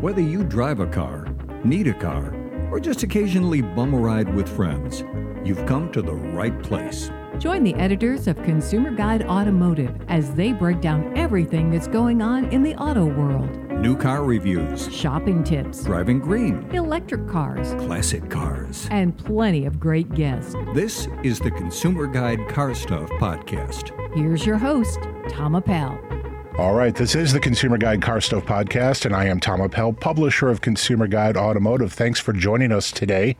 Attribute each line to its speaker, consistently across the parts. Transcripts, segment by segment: Speaker 1: Whether you drive a car, need a car, or just occasionally bum a ride with friends, you've come to the right place.
Speaker 2: Join the editors of Consumer Guide Automotive as they break down everything that's going on in the auto world
Speaker 1: New car reviews,
Speaker 2: shopping tips,
Speaker 1: driving green,
Speaker 2: electric cars,
Speaker 1: classic cars.
Speaker 2: and plenty of great guests.
Speaker 1: This is the Consumer Guide Car Stuff Podcast.
Speaker 2: Here's your host, Tom Appel.
Speaker 3: All right, this is the Consumer Guide Car Stuff Podcast, and I am Tom Appel, publisher of Consumer Guide Automotive. Thanks for joining us today.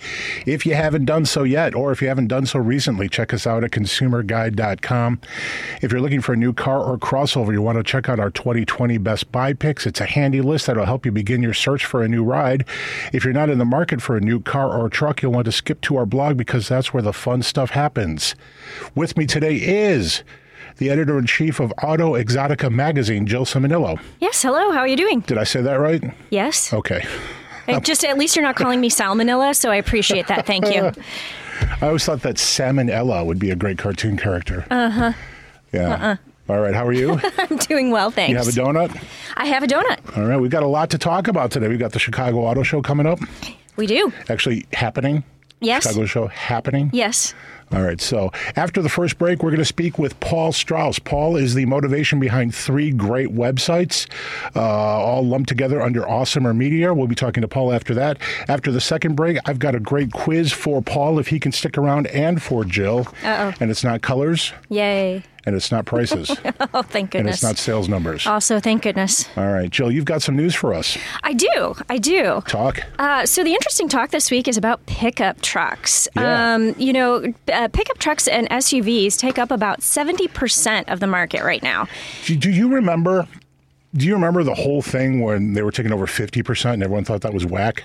Speaker 3: If you haven't done so yet, or if you haven't done so recently, check us out at consumerguide.com. If you're looking for a new car or crossover, you want to check out our 2020 Best Buy picks. It's a handy list that'll help you begin your search for a new ride. If you're not in the market for a new car or truck, you'll want to skip to our blog because that's where the fun stuff happens. With me today is the editor in chief of Auto Exotica magazine, Jill Simonillo.
Speaker 4: Yes, hello. How are you doing?
Speaker 3: Did I say that right?
Speaker 4: Yes.
Speaker 3: Okay.
Speaker 4: Uh, Just at least you're not calling me salmonella, so I appreciate that. Thank you.
Speaker 3: I always thought that Salmonella would be a great cartoon character. Uh
Speaker 4: Uh-huh.
Speaker 3: huh. Yeah. All right. How are you?
Speaker 4: I'm doing well, Uh-uh. thanks.
Speaker 3: You have a donut?
Speaker 4: I have a donut.
Speaker 3: All right. We've got a lot to talk about today. We've got the Chicago Auto Show coming up,
Speaker 4: We do.
Speaker 3: actually happening.
Speaker 4: Yes.
Speaker 3: Chicago Show happening.
Speaker 4: Yes.
Speaker 3: All right. So after the first break, we're going to speak with Paul Strauss. Paul is the motivation behind three great websites, uh, all lumped together under Awesomer Media. We'll be talking to Paul after that. After the second break, I've got a great quiz for Paul if he can stick around and for Jill.
Speaker 4: Uh-oh.
Speaker 3: And it's not colors,
Speaker 4: Yay.
Speaker 3: and it's not prices,
Speaker 4: Oh, thank
Speaker 3: and
Speaker 4: goodness. Uh,
Speaker 3: it's not sales numbers.
Speaker 4: also, thank goodness.
Speaker 3: all right, Jill, you've got some news for us.
Speaker 4: I do. I do.
Speaker 3: Talk.
Speaker 4: Uh, so the interesting talk this week is about pickup trucks.
Speaker 3: Yeah.
Speaker 4: Um, you know, uh, pickup trucks and SUVs take up about 70% of the market right now.
Speaker 3: Do, do you remember? Do you remember the whole thing when they were taking over fifty percent and everyone thought that was whack?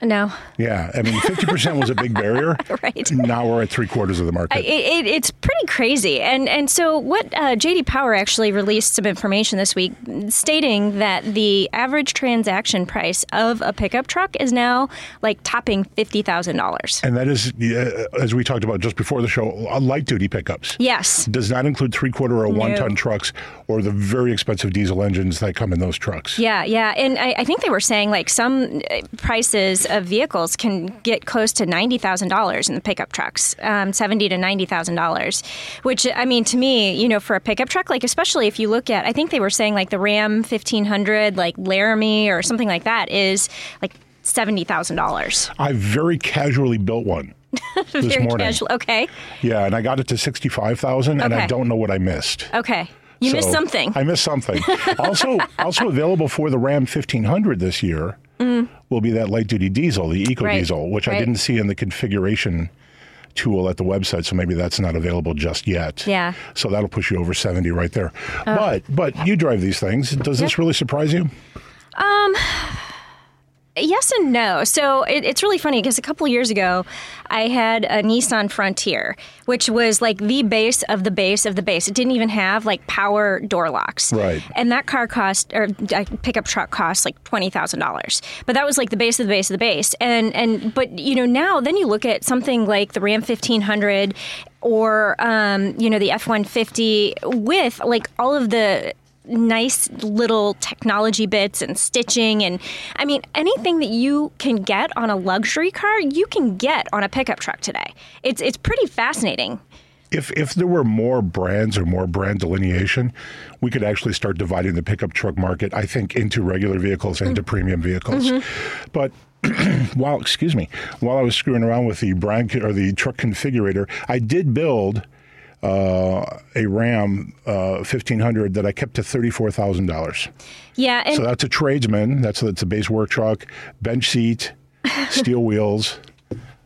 Speaker 4: No.
Speaker 3: Yeah, I mean, fifty percent was a big barrier.
Speaker 4: Right.
Speaker 3: Now we're at three quarters of the market.
Speaker 4: it, it, it's pretty crazy. And and so what uh, JD Power actually released some information this week stating that the average transaction price of a pickup truck is now like topping fifty thousand dollars.
Speaker 3: and that is, uh, as we talked about just before the show, uh, light duty pickups.
Speaker 4: Yes.
Speaker 3: Does not include three quarter or one ton
Speaker 4: No.
Speaker 3: trucks or the very expensive diesel engines that come in those trucks.
Speaker 4: Yeah, yeah, and I, I think they were saying like some uh, prices of vehicles can get close to ninety thousand dollars in the pickup trucks, um, seventy to ninety thousand dollars, which I mean to me, you know, for a pickup truck, like especially if you look at, I think they were saying like the Ram fifteen hundred, like Laramie or something like that, is like seventy thousand dollars.
Speaker 3: I very casually built one this
Speaker 4: Very
Speaker 3: morning.
Speaker 4: casual. Okay,
Speaker 3: Yeah, and I got it to 65,000 and I
Speaker 4: Okay.
Speaker 3: don't know what I missed.
Speaker 4: okay, you missed
Speaker 3: So,
Speaker 4: something.
Speaker 3: I missed something. also, also available for the Ram 1500 this year will be that light duty diesel, the eco
Speaker 4: Mm. Right,
Speaker 3: diesel, which I
Speaker 4: right.
Speaker 3: didn't see in the configuration tool at the website, so maybe that's not available just yet.
Speaker 4: Yeah. Oh.
Speaker 3: So that'll push you over 70 right there. But but you drive these things. Does this really surprise you?
Speaker 4: Yes and no. So it, it's really funny because a couple years ago, I had a Nissan Frontier, which was like the base of the base of the base. It didn't even have like power door locks.
Speaker 3: Right.
Speaker 4: And that car cost, or uh, pickup truck cost like twenty thousand dollars. But that was like the base of the base of the base. And and but you know now then you look at something like the Ram fifteen hundred, or um, you know the F one fifty with like all of the nice little technology bits and stitching and I mean anything that you can get on a luxury car you can get on a pickup truck today. It's it's pretty fascinating.
Speaker 3: If if there were more brands or more brand delineation, we could actually start dividing the pickup truck market, I think, into regular vehicles and into premium vehicles. But while excuse me, while I was screwing around with the brand or the truck configurator, I did build uh, a Ram uh, 1500 that I kept to $34,000.
Speaker 4: Yeah, and
Speaker 3: So that's a tradesman. That's that's a base work truck, bench seat, steel wheels.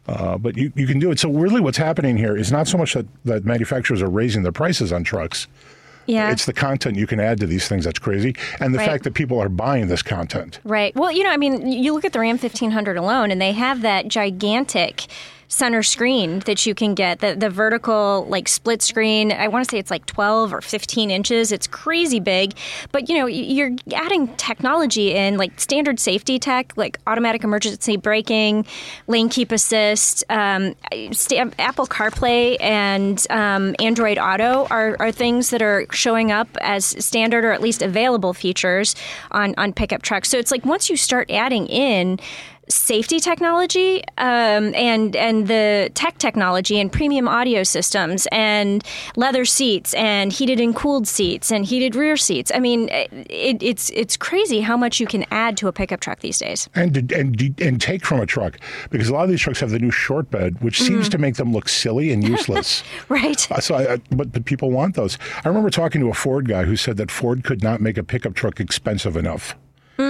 Speaker 3: Uh, but you, you can do it. So really, what's happening here is not so much that, that manufacturers are raising their prices on trucks.
Speaker 4: yeah.
Speaker 3: It's the content you can add to these things that's crazy, and the
Speaker 4: Right.
Speaker 3: fact that people are buying this content.
Speaker 4: Right. Well, you know, I mean, you look at the Ram 1500 alone, and they have that gigantic center screen that you can get the, the vertical like split screen i want to say it's like 12 or 15 inches it's crazy big but you know y- you're adding technology in like standard safety tech like automatic emergency braking lane keep assist um, sta- apple carplay and um, android auto are, are things that are showing up as standard or at least available features on, on pickup trucks so it's like once you start adding in safety technology um, and and the tech technology and premium audio systems and leather seats and heated and cooled seats and heated rear seats. I mean, it, it's it's crazy how much you can add to a pickup truck these days.
Speaker 3: and and and take from a truck because a lot of these trucks have the new short bed, which
Speaker 4: Mm-hmm.
Speaker 3: seems to make them look silly and useless.
Speaker 4: Right.
Speaker 3: Uh, So, I, I- but but people want those. I remember talking to a Ford guy who said that Ford could not make a pickup truck expensive enough.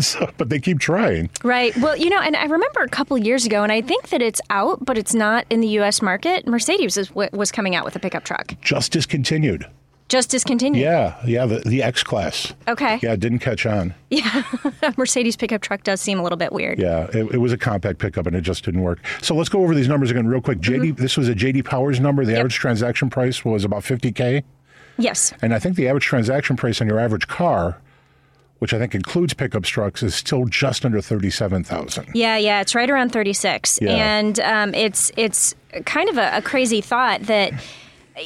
Speaker 3: so, but they keep trying.
Speaker 4: Right. Well, you know, and I remember a couple years ago, and I think that it's out, but it's not in the U.S. market. Mercedes is, was coming out with a pickup truck,
Speaker 3: Just discontinued.
Speaker 4: just discontinued.
Speaker 3: Yeah, yeah. The, the X class.
Speaker 4: Okay.
Speaker 3: Yeah, it didn't catch on.
Speaker 4: Mercedes pickup truck does seem a little bit weird.
Speaker 3: Yeah, it, it was a compact pickup and it just didn't work. So let's go over these numbers again real quick. JD, this was a JD Powers number. The average transaction price was about 50k,
Speaker 4: Yes.
Speaker 3: and I think the average transaction price on your average car, which I think includes pickup trucks, is still just under 37,000.
Speaker 4: Yeah, yeah, it's right around 36,
Speaker 3: Yeah.
Speaker 4: and um, it's it's kind of a, a crazy thought that.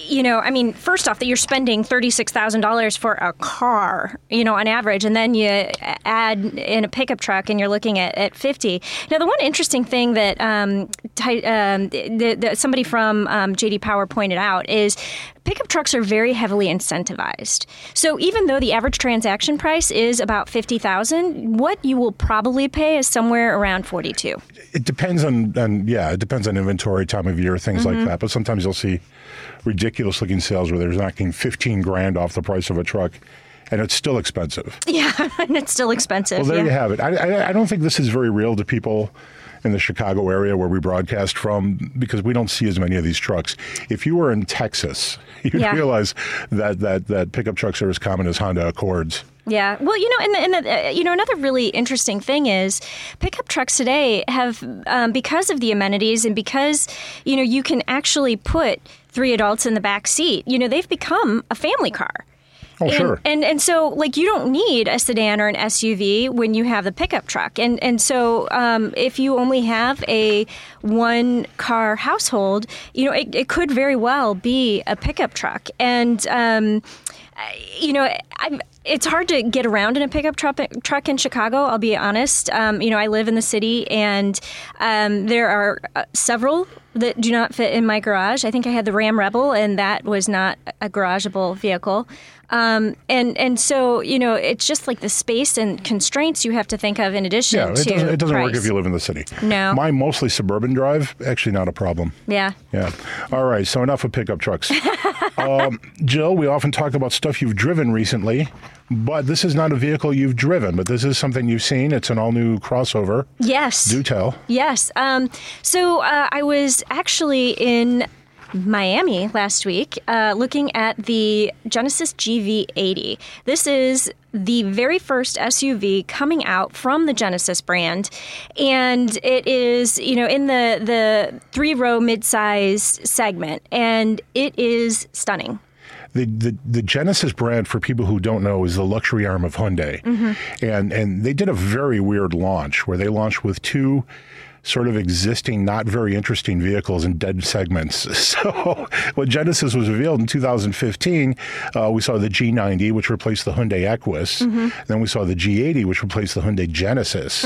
Speaker 4: You know, I mean, first off, that you're spending thirty-six thousand dollars for a car, you know, on average, and then you add in a pickup truck, and you're looking at, at fifty. Now, the one interesting thing that um, ti- um, the, the, somebody from um, JD Power pointed out is pickup trucks are very heavily incentivized. So even though the average transaction price is about 50,000, what you will probably pay is somewhere around 42.
Speaker 3: It depends on, on yeah, it depends on inventory, time of year, things
Speaker 4: Mm-hmm.
Speaker 3: like that. But sometimes you'll see ridiculous looking sales where they're knocking 15 grand off the price of a truck, and it's still expensive.
Speaker 4: Yeah, and it's still expensive.
Speaker 3: Well, there
Speaker 4: yeah.
Speaker 3: you have it. I, I, I don't think this is very real to people in the Chicago area where we broadcast from because we don't see as many of these trucks. If you were in Texas, you'd
Speaker 4: Yeah.
Speaker 3: realize that, that that pickup trucks are as common as Honda Accords.
Speaker 4: Yeah. Well, you know, and, the, and the, uh, you know, another really interesting thing is pickup trucks today have, um, because of the amenities and because you know you can actually put three adults in the back seat. You know, they've become a family car.
Speaker 3: Oh,
Speaker 4: and,
Speaker 3: sure.
Speaker 4: And and so like you don't need a sedan or an SUV when you have the pickup truck. And and so um, if you only have a one car household, you know it, it could very well be a pickup truck. And um, I- you know I'm. It's hard to get around in a pickup truck, truck in Chicago. I'll be honest. Um, you know, I live in the city, and um, there are uh, several that do not fit in my garage. I think I had the Ram Rebel, and that was not a garageable vehicle. Um, and and so you know, it's just like the space and constraints you have to think of in addition
Speaker 3: yeah, it
Speaker 4: to
Speaker 3: doesn't, it doesn't work
Speaker 4: price.
Speaker 3: if you live in the city.
Speaker 4: No.
Speaker 3: My mostly suburban drive, actually not a problem.
Speaker 4: Yeah.
Speaker 3: Yeah. All right. So enough of pickup trucks. um, Jill, we often talk about stuff you've driven recently, but this is not a vehicle you've driven, but this is something you've seen. It's an all new crossover.
Speaker 4: Yes.
Speaker 3: Do tell.
Speaker 4: Yes. Um, so uh, I was actually in Miami last week uh, looking at the Genesis GV80. This is the very first SUV coming out from the Genesis brand, and it is you know in the the three row midsize segment, and it is stunning.
Speaker 3: the, the the Genesis brand for people who don't know is the luxury arm of Hyundai, and and they did a very weird launch where they launched with two sort of existing, not very interesting vehicles in dead segments. So when Genesis was revealed in 2015, uh, we saw the G90, which replaced the Hyundai Equus, then we saw the G80, which replaced the Hyundai Genesis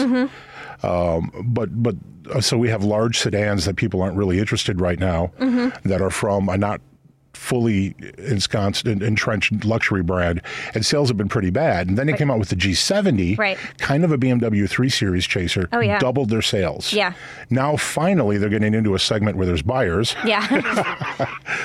Speaker 3: but but uh, so we have large sedans that people aren't really interested right now
Speaker 4: Mm-hmm.
Speaker 3: that are from a not fully ensconced and entrenched luxury brand and sales have been pretty bad and then they came out with the G70
Speaker 4: Right.
Speaker 3: kind of a BMW 3 series chaser
Speaker 4: Oh, yeah.
Speaker 3: doubled their sales
Speaker 4: Yeah.
Speaker 3: now finally they're getting into a segment where there's buyers
Speaker 4: Yeah.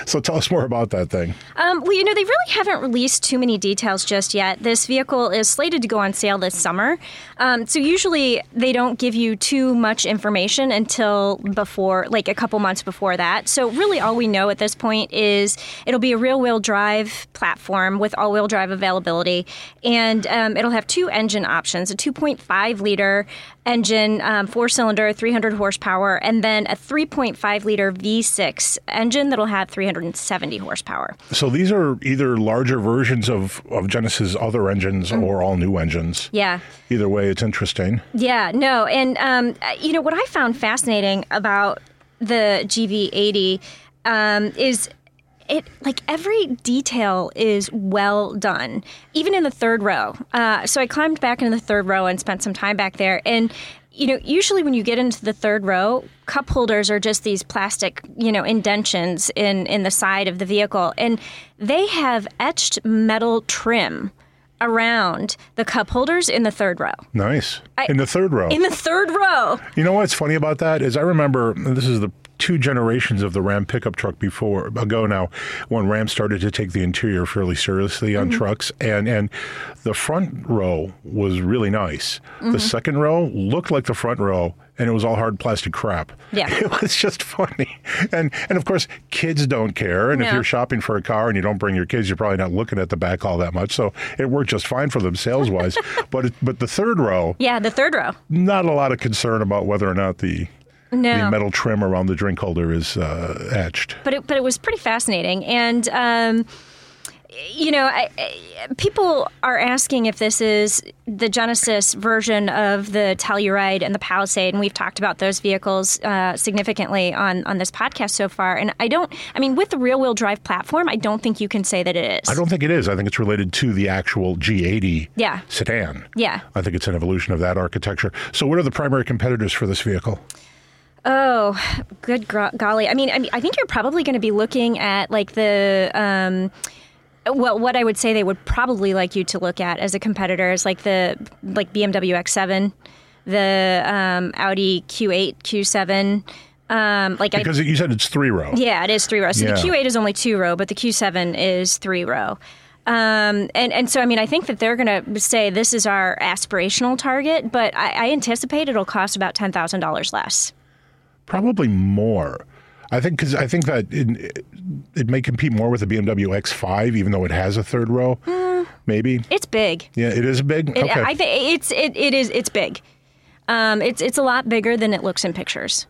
Speaker 3: so tell us more about that thing
Speaker 4: Um, well, you know, they really haven't released too many details just yet. This vehicle is slated to go on sale this summer. Um, so usually they don't give you too much information until before, like a couple months before that. So really all we know at this point is It'll be a real wheel drive platform with all wheel drive availability, and um, it'll have two engine options: a 2.5 liter engine, um, four cylinder, 300 horsepower, and then a 3.5 liter V6 engine that'll have 370 horsepower.
Speaker 3: So these are either larger versions of, of Genesis' other engines or all new engines.
Speaker 4: Mm. Yeah.
Speaker 3: Either way, it's interesting.
Speaker 4: Yeah, no. And, um, uh, you know, what I found fascinating about the GV80 um, is it like every detail is well done, even in the third row. Uh, so I climbed back into the third row and spent some time back there. And, you know, usually when you get into the third row, cup holders are just these plastic, you know, indentions in, in the side of the vehicle. And they have etched metal trim around the cup holders in the third row.
Speaker 3: Nice. in the third row.
Speaker 4: In the third row.
Speaker 3: You know what's funny about that is I remember and this is the two generations of the Ram pickup truck before ago now when Ram started to take the interior fairly seriously on
Speaker 4: Mm-hmm.
Speaker 3: trucks and and the front row was really nice.
Speaker 4: Mm-hmm.
Speaker 3: The second row looked like the front row and it was all hard plastic crap.
Speaker 4: Yeah.
Speaker 3: It was just funny. And and of course kids don't care and if
Speaker 4: No.
Speaker 3: you're shopping for a car and you don't bring your kids you're probably not looking at the back all that much. So it worked just fine for them sales wise. but it, but the third row
Speaker 4: Yeah, the third row.
Speaker 3: not a lot of concern about whether or not the, the
Speaker 4: No.
Speaker 3: metal trim around the drink holder is uh, etched.
Speaker 4: but it, but it was pretty fascinating. And um, you know, I, I, people are asking if this is the Genesis version of the Telluride and the Palisade, and we've talked about those vehicles uh, significantly on on this podcast so far. And I don't, I mean, with the rear wheel drive platform, I don't think you can say that it is.
Speaker 3: I don't think it is. I think it's related to the actual G80
Speaker 4: Yeah.
Speaker 3: sedan.
Speaker 4: Yeah.
Speaker 3: I think it's an evolution of that architecture. So, what are the primary competitors for this vehicle?
Speaker 4: Oh, good gro- golly! I mean, I mean, I think you're probably going to be looking at like the. Um, well, what I would say they would probably like you to look at as a competitor is like the like BMW X7, the um, Audi Q8, Q7. Um, like I,
Speaker 3: Because you said it's three row.
Speaker 4: yeah, it is three row. So
Speaker 3: Yeah.
Speaker 4: the Q8 is only two row, but the Q7 is three row. Um, and, and so, I mean, I think that they're going to say this is our aspirational target, but I, I anticipate it'll cost about $10,000 less.
Speaker 3: Probably more. I think because I think that it, it may compete more with the BMW X5, even though it has a third row. Maybe.
Speaker 4: It's big.
Speaker 3: Yeah, it is big.
Speaker 4: Hmm. It,
Speaker 3: okay.
Speaker 4: I think it's it, it is it's big. Um, it's it's a lot bigger than it looks in pictures.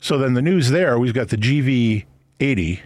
Speaker 3: So then the news there, we've got the GV80,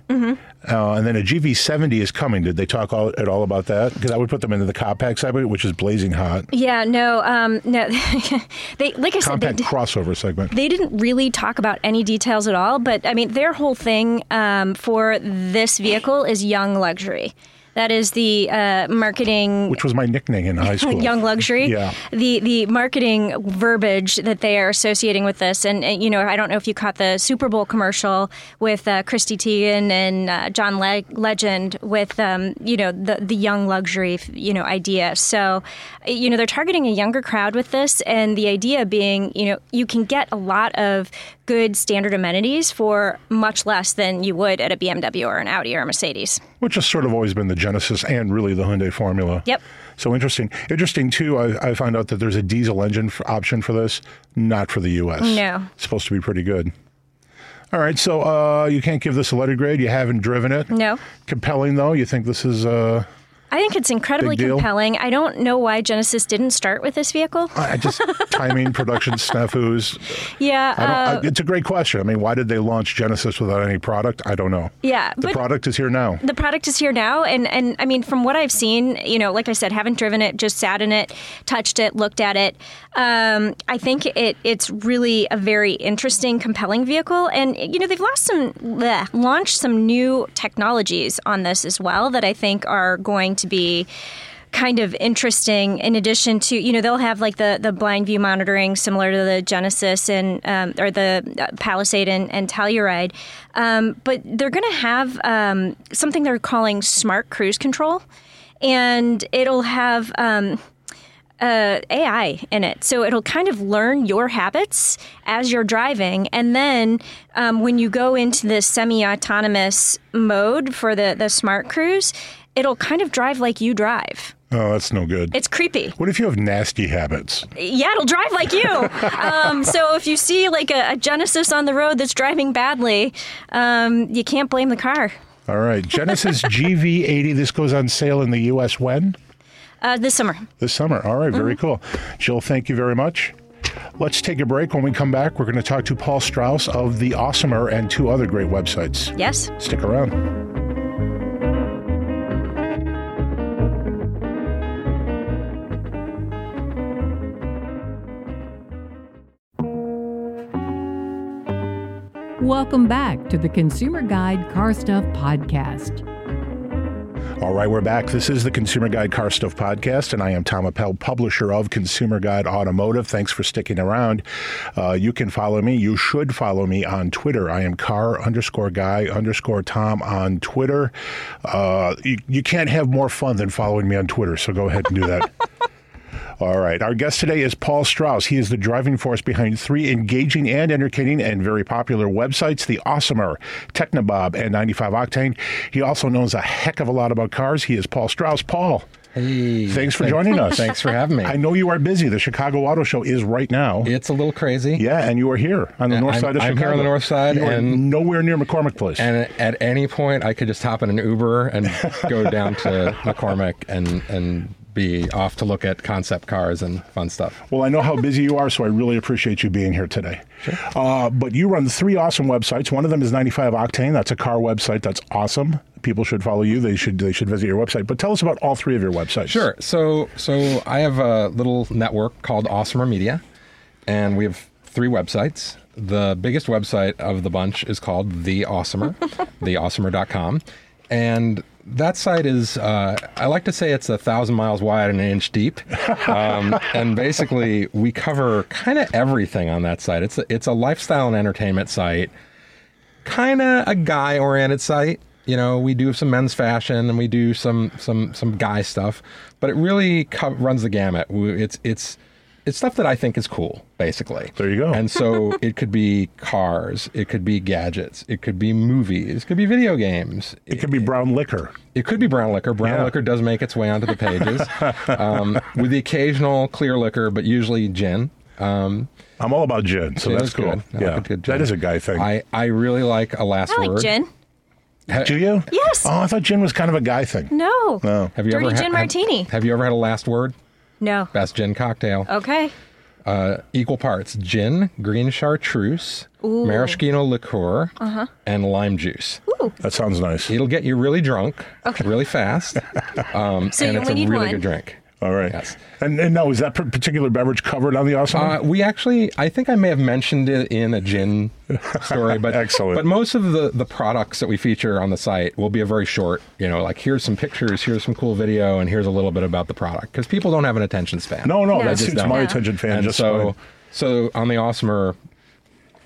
Speaker 4: Mm-hmm.
Speaker 3: uh, and then a GV70 is coming. Did they talk all, at all about that? Because I would put them into the compact segment, which is blazing hot.
Speaker 4: Yeah, no, um, no. they like I said, they,
Speaker 3: Compact
Speaker 4: d-
Speaker 3: crossover segment.
Speaker 4: they didn't really talk about any details at all. But I mean, their whole thing um, for this vehicle is young luxury. That is the uh, marketing
Speaker 3: Which was my nickname in high school.
Speaker 4: young luxury.
Speaker 3: Yeah.
Speaker 4: The the marketing verbiage that they are associating with this, and, and, you know, I don't know if you caught the Super Bowl commercial with uh, Christy Teigen and uh, John Le- Legend with um, you know the the young luxury you know idea. So, you know, they're targeting a younger crowd with this, and the idea being, you know, you can get a lot of good standard amenities for much less than you would at a BMW or an Audi or a Mercedes.
Speaker 3: which has sort of always been the genesis and really the Hyundai formula.
Speaker 4: Yep.
Speaker 3: So interesting. Interesting too. I, I found out that there's a diesel engine for, option for this, not for the U.S.
Speaker 4: No.
Speaker 3: It's supposed to be pretty good. All right. So uh, you can't give this a letter grade. You haven't driven it.
Speaker 4: No.
Speaker 3: Compelling though. You think this is. Uh,
Speaker 4: I think it's incredibly
Speaker 3: Big deal.
Speaker 4: compelling. I don't know why Genesis didn't start with this vehicle.
Speaker 3: I I just timing, production snafus.
Speaker 4: Yeah,
Speaker 3: I don't,
Speaker 4: uh,
Speaker 3: I, it's a great question. I mean, why did they launch Genesis without any product? I don't know.
Speaker 4: yeah,
Speaker 3: the
Speaker 4: but
Speaker 3: product is here now.
Speaker 4: the product is here now, and and I mean, from what I've seen, you know, like I said, haven't driven it, just sat in it, touched it, looked at it. Um, I think it it's really a very interesting, compelling vehicle, and you know, they've lost some bleh, launched some new technologies on this as well that I think are going to be kind of interesting in addition to you know they'll have like the the blind view monitoring similar to the genesis and um, or the uh, palisade and, and telluride um, but they're going to have um, something they're calling smart cruise control and it'll have um, uh, AI in it. So it'll kind of learn your habits as you're driving. And then um, when you go into the semi autonomous mode for the, the smart cruise, it'll kind of drive like you drive.
Speaker 3: Oh, that's no good.
Speaker 4: It's creepy.
Speaker 3: what if you have nasty habits?
Speaker 4: Yeah, it'll drive like you. um, so if you see like a, a Genesis on the road that's driving badly, um, you can't blame the car.
Speaker 3: All right. Genesis GV80. This goes on sale in the U.S. when?
Speaker 4: Uh, this summer.
Speaker 3: This summer. All right.
Speaker 4: Mm.
Speaker 3: Very cool. Jill, thank you very much. Let's take a break. When we come back, we're going to talk to Paul Strauss of The Awesomer and two other great websites.
Speaker 4: Yes.
Speaker 3: Stick around.
Speaker 2: Welcome back to the Consumer Guide Car Stuff Podcast.
Speaker 3: All right, we're back. This is the Consumer Guide Car Stuff Podcast, and I am Tom Appel, publisher of Consumer Guide Automotive. Thanks for sticking around. Uh, you can follow me. You should follow me on Twitter. I am car underscore guy underscore Tom on Twitter. Uh, you, you can't have more fun than following me on Twitter, so go ahead and do that. All right. Our guest today is Paul Strauss. He is the driving force behind three engaging and entertaining and very popular websites The Awesomer, Technobob, and 95 Octane. He also knows a heck of a lot about cars. He is Paul Strauss. Paul.
Speaker 5: Hey,
Speaker 3: Thanks for joining us.
Speaker 5: Thanks for having me.
Speaker 3: I know you are busy. The Chicago Auto Show is right now.
Speaker 5: It's a little crazy.
Speaker 3: Yeah, and you are here on the north
Speaker 5: I'm-
Speaker 3: side of
Speaker 5: I'm
Speaker 3: Chicago.
Speaker 5: here on the north side,
Speaker 3: You are
Speaker 5: and-
Speaker 3: nowhere near McCormick Place.
Speaker 5: And at any point, I could just hop in an Uber and go down to McCormick and and be off to look at concept cars and fun stuff.
Speaker 3: Well, I know how busy you are, so I really appreciate you being here today. Uh, but you run three awesome websites. One of them is 95 Octane. That's a car website. That's awesome. People should follow you. They should they should visit your website. But tell us about all three of your websites.
Speaker 5: Sure. So so I have a little network called Awesomer Media, and we have three websites. The biggest website of the bunch is called The Awesomer, theawesomer.com. And that site is, uh, I like to say it's a thousand miles wide and an inch deep. Um, and basically, we cover kind of everything on that site. It's a, it's a lifestyle and entertainment site. kind of a guy oriented site. You know, we do some men's fashion and we do some some some guy stuff, but it really co- runs the gamut. We- It's it's it's stuff that I think is cool, basically.
Speaker 3: There you go.
Speaker 5: And so it could be cars, it could be gadgets, it could be movies, it could be video games.
Speaker 3: It could be brown liquor.
Speaker 5: It could be brown liquor. Brown
Speaker 3: Yeah.
Speaker 5: liquor does make its way onto the pages, um, with the occasional clear liquor, but usually gin. Um,
Speaker 3: I'm all about gin, so
Speaker 5: gin
Speaker 3: that's
Speaker 5: is
Speaker 3: cool.
Speaker 5: good. I like
Speaker 3: Yeah,
Speaker 5: a good
Speaker 3: that
Speaker 5: gin.
Speaker 3: is a guy thing.
Speaker 5: I, I really like a last
Speaker 4: I like
Speaker 5: word.
Speaker 4: gin.
Speaker 3: Do you?
Speaker 4: Yes.
Speaker 3: Oh, I thought gin was kind of a guy thing.
Speaker 4: No.
Speaker 3: No.
Speaker 5: Have you
Speaker 4: Dirty
Speaker 5: ever
Speaker 4: gin
Speaker 5: have-
Speaker 4: martini.
Speaker 5: Have, you ever had a last word?
Speaker 4: No.
Speaker 5: Best gin cocktail.
Speaker 4: Okay.
Speaker 5: Uh, equal parts gin, green chartreuse, maraschino liqueur,
Speaker 4: Uh-huh.
Speaker 5: and lime juice.
Speaker 3: That sounds nice.
Speaker 5: It'll get you really drunk, really fast, um,
Speaker 4: So
Speaker 5: and
Speaker 4: you
Speaker 5: it's a
Speaker 4: only need
Speaker 5: really
Speaker 4: one.
Speaker 5: good drink.
Speaker 3: All right.
Speaker 5: Yes.
Speaker 3: And, and now is that par- particular beverage covered on the awesome?
Speaker 5: Uh, we actually, I think I may have mentioned it in a gin story, but
Speaker 3: Excellent.
Speaker 5: But most of the the products that we feature on the site will be a very short, you know, like here's some pictures, here's some cool video, and here's a little bit about the product because people don't have an attention span.
Speaker 3: no, no,
Speaker 4: No.
Speaker 3: that
Speaker 4: Just
Speaker 3: suits
Speaker 5: don't.
Speaker 3: my
Speaker 4: Yeah.
Speaker 3: attention fan.
Speaker 5: and
Speaker 3: just
Speaker 5: so
Speaker 3: fine.
Speaker 5: so on the awesomer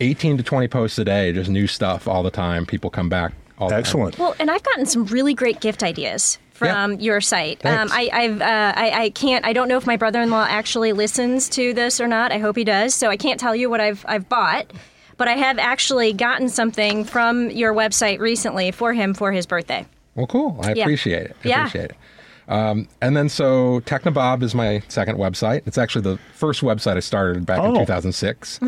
Speaker 5: 18 to 20 posts a day just new stuff all the time people come back all the time.
Speaker 3: excellent.
Speaker 4: Well, and I've gotten some really great gift ideas from
Speaker 5: Yeah.
Speaker 4: your site. Um,
Speaker 5: Thanks.
Speaker 4: I, I've, uh, I, I can't. I don't know if my brother-in-law actually listens to this or not. I hope he does. So I can't tell you what I've, I've bought, but I have actually gotten something from your website recently for him for his birthday.
Speaker 5: well cool i
Speaker 4: Yeah.
Speaker 5: appreciate it I
Speaker 4: Yeah.
Speaker 5: appreciate it um, and then so technobob is my second website it's actually the first website i started back in
Speaker 3: Oh.
Speaker 5: 2006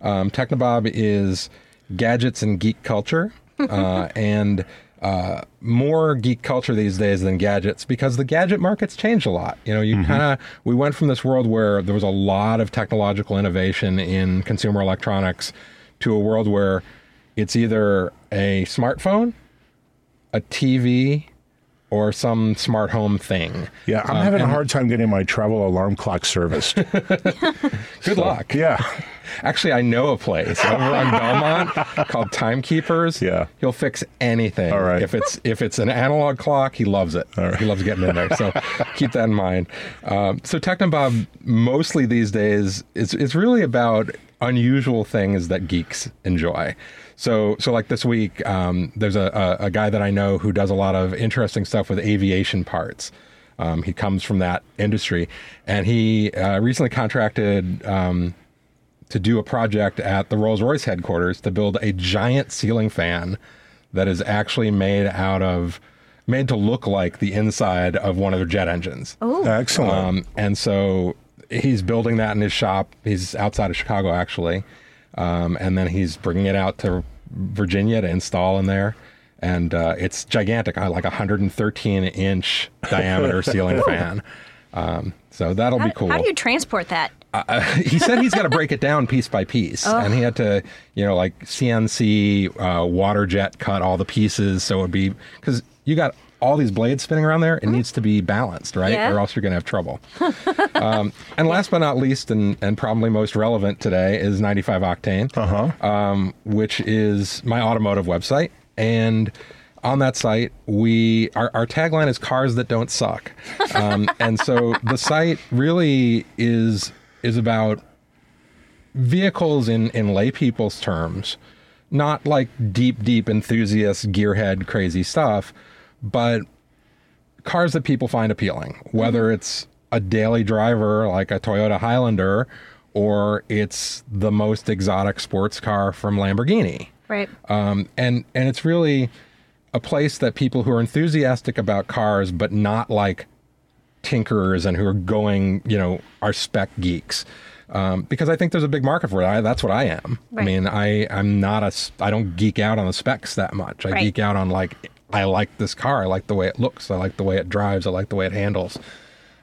Speaker 5: um, technobob is gadgets and geek culture uh, and uh, more geek culture these days than gadgets because the gadget markets changed a lot. You know, you kind of we went from this world where there was a lot of technological innovation in consumer electronics to a world where it's either a smartphone, a TV, or some smart home thing.
Speaker 3: Yeah, I'm
Speaker 5: Um,
Speaker 3: having a
Speaker 5: and
Speaker 3: hard time getting my travel alarm clock serviced.
Speaker 5: Good luck.
Speaker 3: yeah.
Speaker 5: Actually, I know a place over on Belmont called Timekeepers.
Speaker 3: Yeah.
Speaker 5: he'll fix anything.
Speaker 3: All right.
Speaker 5: If it's if it's an analog clock, he loves it. He loves getting in there. So keep that in mind. Um, so Technobob mostly these days it's it's really about unusual things that geeks enjoy. So so like this week, um, there's a, a a guy that I know who does a lot of interesting stuff with aviation parts. Um, he comes from that industry, and he uh, recently contracted um, to do a project at the Rolls Royce headquarters to build a giant ceiling fan that is actually made out of, made to look like the inside of one of their jet engines.
Speaker 4: Oh.
Speaker 3: Excellent.
Speaker 5: Um, and so he's building that in his shop. He's outside of Chicago, actually. Um, and then he's bringing it out to Virginia to install in there. and uh, it's gigantic, uh, like a 113 inch diameter ceiling fan. Um, so that'll
Speaker 4: How,
Speaker 5: be cool.
Speaker 4: how do you transport that?
Speaker 5: he said he's got to break it down piece by piece, and he had to, you know, like CNC uh, water jet cut all the pieces so it'd be because you got all these blades spinning around there. It needs to be balanced, right?
Speaker 4: Yeah.
Speaker 5: Or else you're going to have trouble. um, and last but not least, and and probably most relevant today is 95 octane, uh-huh. um, which is my automotive website and. On that site, we our, our tagline is "Cars that don't suck," um, and so the site really is is about vehicles in in lay people's terms not like deep deep enthusiast gearhead crazy stuff but cars that people find appealing whether it's a daily driver like a toyota highlander or it's the most exotic sports car from lamborghini
Speaker 4: Right.
Speaker 5: um, and and it's really a place that people who are enthusiastic about cars, but not like tinkerers and who are going, you know, are spec geeks. Um, because I think there's a big market for it. I, that's what I am. I
Speaker 4: Right.
Speaker 5: mean, I I'm not a s- I don't geek out on the specs that much. I
Speaker 4: Right.
Speaker 5: geek out on like I like this car. I like the way it looks. I like the way it drives. I like the way it handles.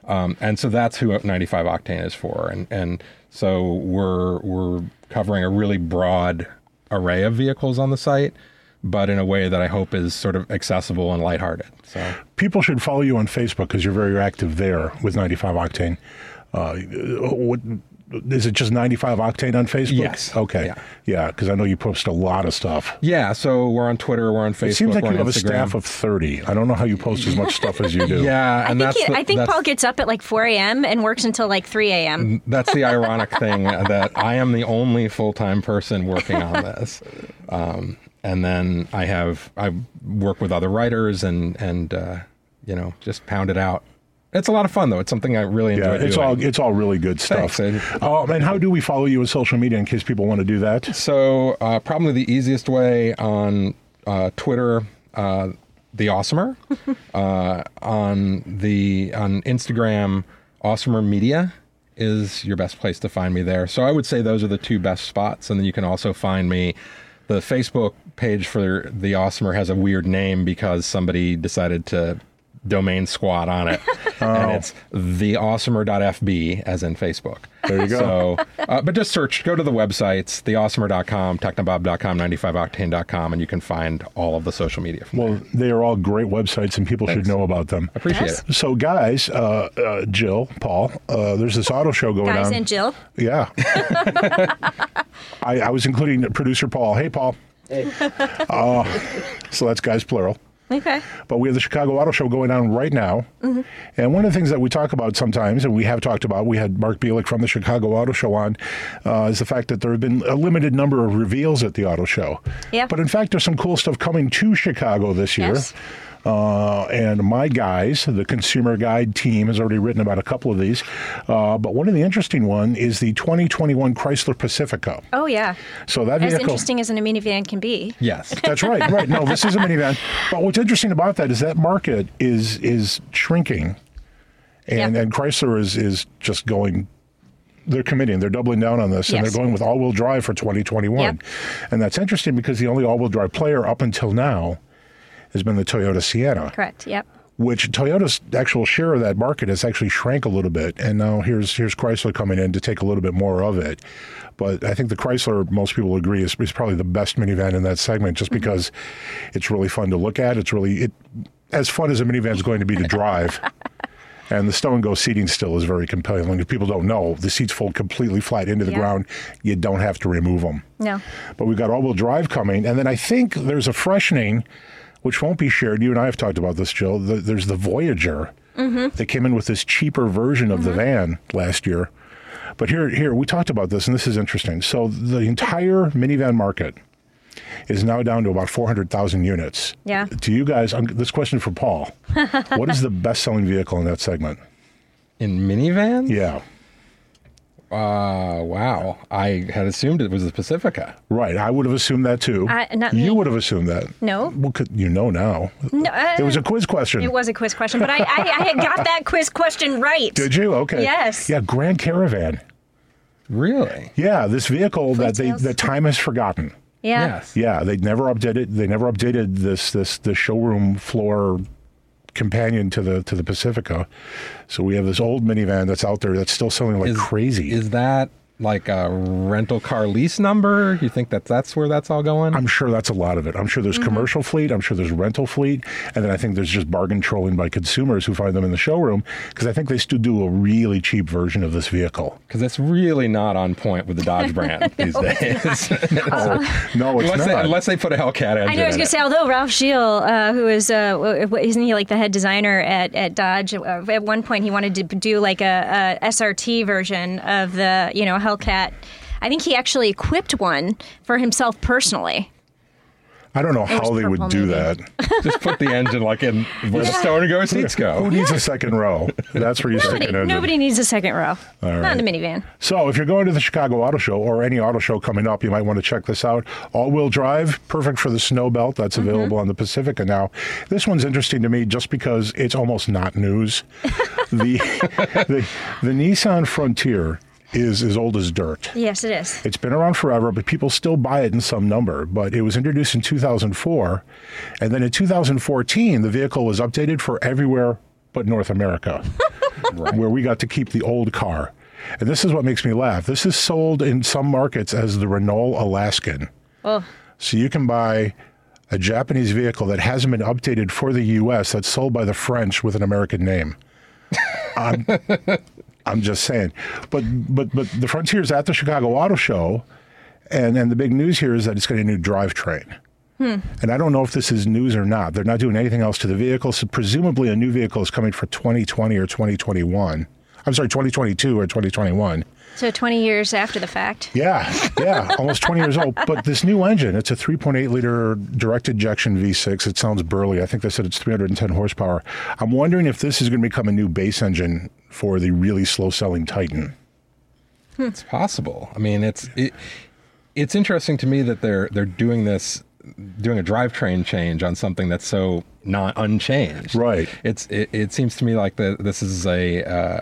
Speaker 5: Um, and so that's who 95 Octane is for. And and so we're we're covering a really broad array of vehicles on the site, but in a way that I hope is sort of accessible and lighthearted. So
Speaker 3: People should follow you on Facebook because you're very active there with 95 Octane. Uh, what, is it just 95 Octane on Facebook?
Speaker 5: Yes.
Speaker 3: Okay.
Speaker 5: Yeah.
Speaker 3: Yeah, because I know you post a lot of stuff.
Speaker 5: yeah, so we're on Twitter, we're on Facebook,
Speaker 3: It seems like
Speaker 5: we're
Speaker 3: you
Speaker 5: on
Speaker 3: have a
Speaker 5: Instagram.
Speaker 3: staff of 30. I don't know how you post as much stuff as you do.
Speaker 4: I
Speaker 5: yeah, and
Speaker 4: think,
Speaker 5: that's
Speaker 4: he-
Speaker 5: the-
Speaker 4: I think
Speaker 5: that's-
Speaker 4: Paul gets up at like 4 a.m. and works until like 3
Speaker 3: Mm,
Speaker 4: a.m.
Speaker 5: that's the ironic thing uh, that I am the only full time person working on this. Um, and then I have I work with other writers and and uh, you know just pound it out. It's a lot of fun though. It's something I really enjoy.
Speaker 3: Yeah, it's
Speaker 5: doing.
Speaker 3: all it's all really good stuff.
Speaker 5: Thanks,
Speaker 3: um, and how do we follow you on social media in case people want to do that?
Speaker 5: So uh, probably the easiest way on uh, Twitter, uh, the Awesomer, uh, on the on Instagram, Awesomer Media is your best place to find me there. So I would say those are the two best spots, and then you can also find me. The Facebook page for the Awesomer has a weird name because somebody decided to domain squat on it,
Speaker 3: Oh.
Speaker 5: and it's theawesomer.fb as in Facebook.
Speaker 3: There you go.
Speaker 5: So, uh, but just search, go to the websites, theawesomer.com, technobob.com, 95octane.com, and you can find all of the social media from there.
Speaker 3: Well, they are all great websites, and people
Speaker 5: Thanks.
Speaker 3: should know about them.
Speaker 5: Appreciate
Speaker 4: Yes.
Speaker 5: it.
Speaker 3: So, guys, uh, uh, Jill, Paul, uh, there's this auto show going
Speaker 4: Guys
Speaker 3: on.
Speaker 4: and Jill.
Speaker 3: Yeah. I, I was including producer Paul. Hey, Paul. Hey. Uh, so that's guys plural.
Speaker 4: Okay.
Speaker 3: But we have the Chicago Auto Show going on right now.
Speaker 4: Mm-hmm.
Speaker 3: And one of the things that we talk about sometimes, and we have talked about, we had Mark Bielik from the Chicago Auto Show on, uh, is the fact that there have been a limited number of reveals at the auto show.
Speaker 4: Yeah.
Speaker 3: But in fact, there's some cool stuff coming to Chicago this year.
Speaker 4: Yes.
Speaker 3: Uh, and my guys, the consumer guide team, has already written about a couple of these. Uh, but one of the interesting one is the 2021 Chrysler Pacifico.
Speaker 4: Oh, yeah.
Speaker 3: So that
Speaker 4: As
Speaker 3: vehicle.
Speaker 4: interesting as an minivan can be.
Speaker 5: Yes.
Speaker 3: That's right, right. No, this is a minivan. But what's interesting about that is that market is is shrinking, and
Speaker 4: Yeah.
Speaker 3: and Chrysler is is just going. They're committing. They're doubling down on this, and
Speaker 4: Yes.
Speaker 3: they're going with all-wheel drive for 2021. And that's interesting because the only all-wheel drive player up until now has been the Toyota Sienna,
Speaker 4: Correct. Yep.
Speaker 3: which Toyota's actual share of that market has actually shrank a little bit. And now here's here's Chrysler coming in to take a little bit more of it. But I think the Chrysler, most people agree, is, is probably the best minivan in that segment, just because it's really fun to look at. It's really it as fun as a minivan's going to be to drive. And the stow and go seating still is very compelling. If people don't know, the seats fold completely flat into the
Speaker 4: Yeah.
Speaker 3: ground. You don't have to remove them
Speaker 4: No.
Speaker 3: but we've got all-wheel drive coming, and then I think there's a freshening, which won't be shared. You and I have talked about this, Jill. The, there's the Voyager
Speaker 4: Mm-hmm.
Speaker 3: that came in with this cheaper version of the van last year, but here, here we talked about this, and this is interesting. So the entire minivan market is now down to about 400,000 units.
Speaker 4: Yeah.
Speaker 3: To you guys, I'm, this question for Paul: What is the best-selling vehicle in that segment?
Speaker 5: In minivans?
Speaker 3: Yeah.
Speaker 5: Uh, wow. I had assumed it was the Pacifica.
Speaker 3: Right, I would have assumed that too.
Speaker 4: I- not
Speaker 3: you
Speaker 4: me.
Speaker 3: would have assumed that.
Speaker 4: No.
Speaker 3: Well, could, you know now.
Speaker 4: No. uh,
Speaker 3: It was a quiz question.
Speaker 4: It was a quiz question, but I, I, I had got that quiz question right.
Speaker 3: Did you? Okay.
Speaker 4: Yes.
Speaker 3: Yeah, Grand Caravan.
Speaker 5: Really?
Speaker 3: Yeah, this vehicle that they
Speaker 4: Fleetails.
Speaker 3: that time has forgotten.
Speaker 4: Yeah.
Speaker 5: Yes.
Speaker 3: Yeah, they never updated. They never updated this this the showroom floor companion to the to the Pacifica. So we have this old minivan that's out there that's still selling like
Speaker 5: Is-
Speaker 3: crazy.
Speaker 5: Is that like a rental car lease number? You think that that's where that's all going?
Speaker 3: I'm sure that's a lot of it. I'm sure there's
Speaker 4: Mm-hmm.
Speaker 3: commercial fleet. I'm sure there's rental fleet, and then I think there's just bargain trolling by consumers who find them in the showroom because I think they still do a really cheap version of this vehicle.
Speaker 5: Because it's really not on point with the Dodge brand these days.
Speaker 4: Uh-huh.
Speaker 3: no, it's
Speaker 5: unless,
Speaker 3: not.
Speaker 5: They, unless they put a Hellcat engine.
Speaker 4: I know. I was going
Speaker 5: in it.
Speaker 4: to say, although Ralph Schiel, uh, who is uh, w- w- isn't he like the head designer at, at Dodge? Uh, at one point, he wanted to do like a, a SRT version of the you know Hellcat. I think he actually equipped one for himself personally.
Speaker 3: I don't know
Speaker 4: was
Speaker 3: how they would
Speaker 4: purple,
Speaker 3: do
Speaker 4: maybe.
Speaker 3: that.
Speaker 5: just put the engine like in where the stoner go seats
Speaker 3: Who
Speaker 5: go.
Speaker 3: needs a second row? That's where you stick
Speaker 4: Nobody,
Speaker 3: an engine.
Speaker 4: nobody needs a second row.
Speaker 3: right.
Speaker 4: Not in the minivan.
Speaker 3: So, if you're going to the Chicago Auto Show or any auto show coming up, you might want to check this out. All wheel drive, perfect for the snow belt. That's
Speaker 4: Mm-hmm.
Speaker 3: available on the Pacifica now. This one's interesting to me just because it's almost not news. the, the, the Nissan Frontier is as old as dirt.
Speaker 4: Yes, it is.
Speaker 3: It's been around forever, but people still buy it in some number. But it was introduced in 2004. And then in 2014, the vehicle was updated for everywhere but North America, where we got to keep the old car. And this is what makes me laugh. This is sold in some markets as the Renault Alaskan. So you can buy a Japanese vehicle that hasn't been updated for the U.S. that's sold by the French with an American name. I'm, I'm just saying, but but but the Frontier's at the Chicago Auto Show, and and the big news here is that it's got a new drivetrain. And I don't know if this is news or not. They're not doing anything else to the vehicle, so presumably a new vehicle is coming for 2020 or 2021. I'm sorry, 2022 or 2021.
Speaker 4: So 20 years after the fact.
Speaker 3: Yeah, yeah, almost 20 years old. But this new engine, it's a 3.8 liter direct injection V6. It sounds burly. I think they said it's 310 horsepower. I'm wondering if this is going to become a new base engine for the really slow selling Titan.
Speaker 5: It's possible. I mean, it's it, it's interesting to me that they're they're doing this doing a drivetrain change on something that's so not unchanged.
Speaker 3: Right.
Speaker 5: It's it, it seems to me like the, this is a uh,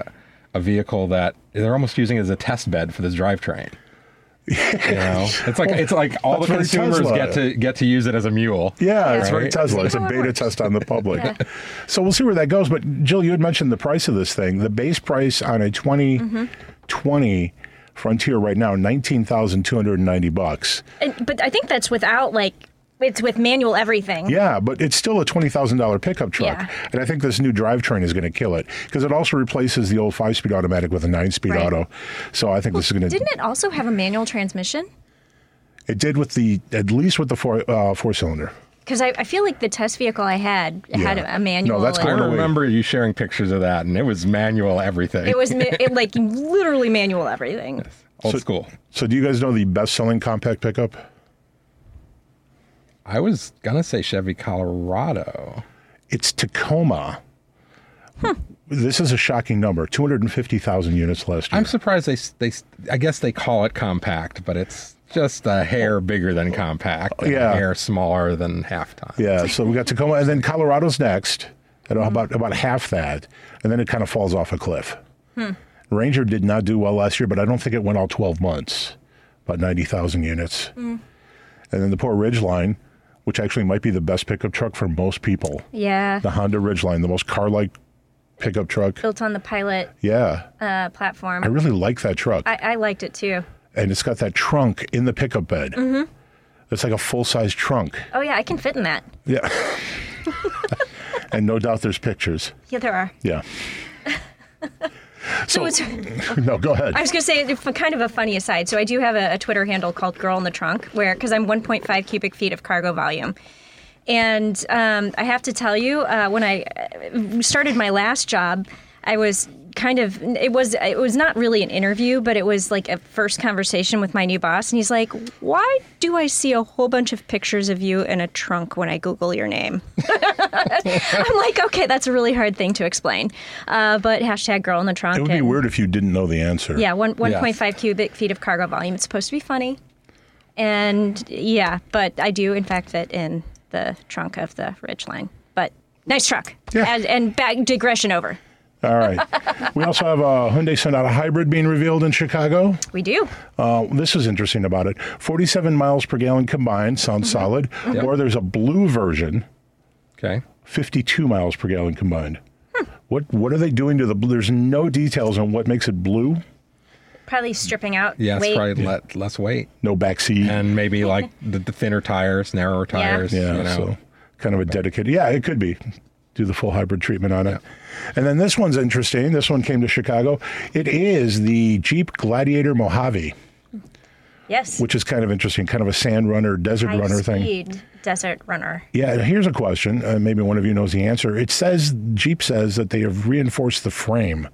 Speaker 5: a vehicle that they're almost using it as a test bed for this drivetrain. You know, it's like it's like all
Speaker 3: That's
Speaker 5: the
Speaker 3: very
Speaker 5: consumers
Speaker 3: Tesla.
Speaker 5: get to get to use it as a mule.
Speaker 3: Yeah, it's very
Speaker 5: Right.
Speaker 3: Tesla. It's a
Speaker 4: how it
Speaker 3: beta
Speaker 4: works.
Speaker 3: test on the public. So we'll see where that goes. But Jill, you had mentioned the price of this thing. The base price on a 2020 Frontier right now, 19,290 bucks.
Speaker 4: And, but I think that's without like it's with manual everything.
Speaker 3: Yeah, but it's still a twenty thousand dollar pickup truck,
Speaker 4: Yeah.
Speaker 3: and I think this new drivetrain is going to kill it because it also replaces the old five speed automatic with a nine speed
Speaker 4: Right.
Speaker 3: auto. So I think this is going to.
Speaker 4: Didn't it also have a manual transmission?
Speaker 3: It did with the at least with the four uh, four cylinder.
Speaker 4: Because I, I feel like the test vehicle I had had
Speaker 3: Yeah.
Speaker 4: a manual.
Speaker 3: No, that's
Speaker 5: I
Speaker 3: going away.
Speaker 5: remember you sharing pictures of that, and it was manual everything.
Speaker 4: It was ma- it, like literally manual everything.
Speaker 5: old school.
Speaker 3: So do you guys know the best selling compact pickup?
Speaker 5: I was gonna say Chevy Colorado.
Speaker 3: It's Tacoma. This is a shocking number: two hundred and fifty thousand units last year.
Speaker 5: I'm surprised they s- they s- I guess they call it compact, but it's just a hair bigger than compact, and
Speaker 3: Yeah.
Speaker 5: a hair smaller than half ton.
Speaker 3: yeah, so we got Tacoma, and then Colorado's next at about about half that, and then it kind of falls off a cliff. Ranger did not do well last year, but I don't think it went all 12 months, about 90,000 units. And then the poor Ridgeline, which actually might be the best pickup truck for most people,
Speaker 4: Yeah,
Speaker 3: the Honda Ridgeline, the most car-like pickup truck.
Speaker 4: built on the Pilot
Speaker 3: Yeah,
Speaker 4: uh,
Speaker 3: I
Speaker 4: platform.
Speaker 3: really like that truck,
Speaker 4: I, I liked it too.
Speaker 3: and it's got that trunk in the pickup bed.
Speaker 4: Mm-hmm.
Speaker 3: It's like a full-size trunk.
Speaker 4: Oh yeah, I can fit in that.
Speaker 3: Yeah. and no doubt there's pictures.
Speaker 4: Yeah, there are.
Speaker 3: Yeah.
Speaker 4: So, it's,
Speaker 3: no, go ahead.
Speaker 4: I was gonna say, it's kind of a funny aside. So I do have a, a Twitter handle called Girl in the Trunk, where because I'm 1.5 cubic feet of cargo volume, and um, I have to tell you, uh, when I uh, started my last job, I was kind of it was it was not really an interview, but it was like a first conversation with my new boss, and he's like, "Why do I see a whole bunch of pictures of you in a trunk when I Google your name?" I'm like, "Okay, that's a really hard thing to explain," uh, but hashtag Girl in the Trunk.
Speaker 3: it would be
Speaker 4: and-
Speaker 3: weird if you didn't know the answer.
Speaker 4: yeah, one one point five cubic feet of cargo volume. It's supposed to be funny, and yeah, but I do in fact fit in the trunk of the Ridgeline. But nice truck.
Speaker 3: Yeah.
Speaker 4: And, and back digression over.
Speaker 3: All right. We also have a Hyundai Sonata Hybrid being revealed in Chicago.
Speaker 4: We do.
Speaker 3: Uh, this is interesting about it 47 miles per gallon combined, sounds
Speaker 4: Mm-hmm.
Speaker 3: solid. Or there's a blue version,
Speaker 5: Okay.
Speaker 3: 52 miles per gallon combined. What what are they doing to the blue? There's no details on what makes it blue.
Speaker 4: Probably stripping out.
Speaker 5: Yeah, it's
Speaker 4: weight.
Speaker 5: probably let, less weight
Speaker 3: No backseat.
Speaker 5: and maybe like the, the thinner tires, narrower tires.
Speaker 3: Yeah,
Speaker 5: you know.
Speaker 3: so kind of a dedicated. Yeah, it could be. Do the full hybrid treatment on it. And then this one's interesting. This one came to Chicago. It is the Jeep Gladiator Mojave,
Speaker 4: Yes.
Speaker 3: which is kind of interesting, kind of a sand runner, desert
Speaker 4: High
Speaker 3: runner thing.
Speaker 4: speed desert runner.
Speaker 3: Yeah, here's a question. Uh, maybe one of you knows the answer. It says Jeep says that they have reinforced the frame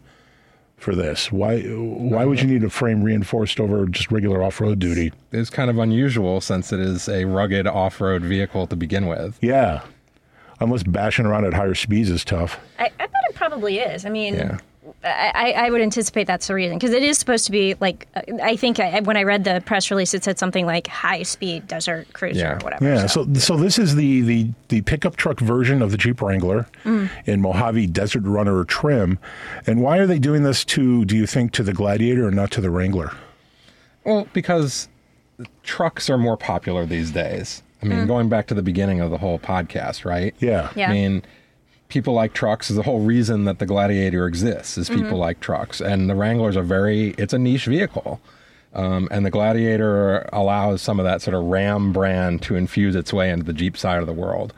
Speaker 3: for this. Why why would you need a frame reinforced over just regular off-road duty?
Speaker 5: It's kind of unusual since it is a rugged off road vehicle to begin with.
Speaker 3: Yeah. Unless bashing around at higher speeds is tough.
Speaker 4: I, I bet it probably is. I mean,
Speaker 5: Yeah.
Speaker 4: I, I I would anticipate that's the reason because it is supposed to be like uh, I think I, when I read the press release, it said something like high speed desert cruiser
Speaker 5: Yeah.
Speaker 4: or whatever.
Speaker 3: Yeah,
Speaker 4: so-
Speaker 3: so so this is the the the pickup truck version of the Jeep Wrangler in Mojave Desert Runner trim. And why are they doing this to do you think to the Gladiator and not to the Wrangler?
Speaker 5: Well, because trucks are more popular these days. I mean, going back to the beginning of the whole podcast, right?
Speaker 3: Yeah.
Speaker 4: Yeah.
Speaker 5: I mean, people like trucks is the whole reason that the Gladiator exists is people like trucks, and the Wrangler's a very it's a niche vehicle, um, and the Gladiator allows some of that sort of Ram brand to infuse its way into the Jeep side of the world.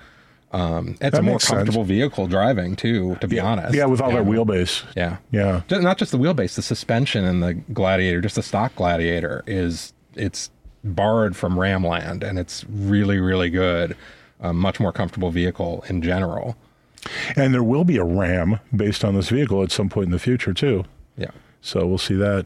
Speaker 5: Um, it's a more
Speaker 3: makes sense.
Speaker 5: comfortable vehicle driving too, to be honest.
Speaker 3: Yeah, with all that wheelbase.
Speaker 5: Yeah.
Speaker 3: Yeah.
Speaker 5: Ju- Not just the wheelbase, the suspension and the Gladiator, just the stock Gladiator is it's borrowed from Ramland and it's really really good. A much more comfortable vehicle in general.
Speaker 3: And there will be a Ram based on this vehicle at some point in the future too.
Speaker 5: Yeah.
Speaker 3: So we'll see that.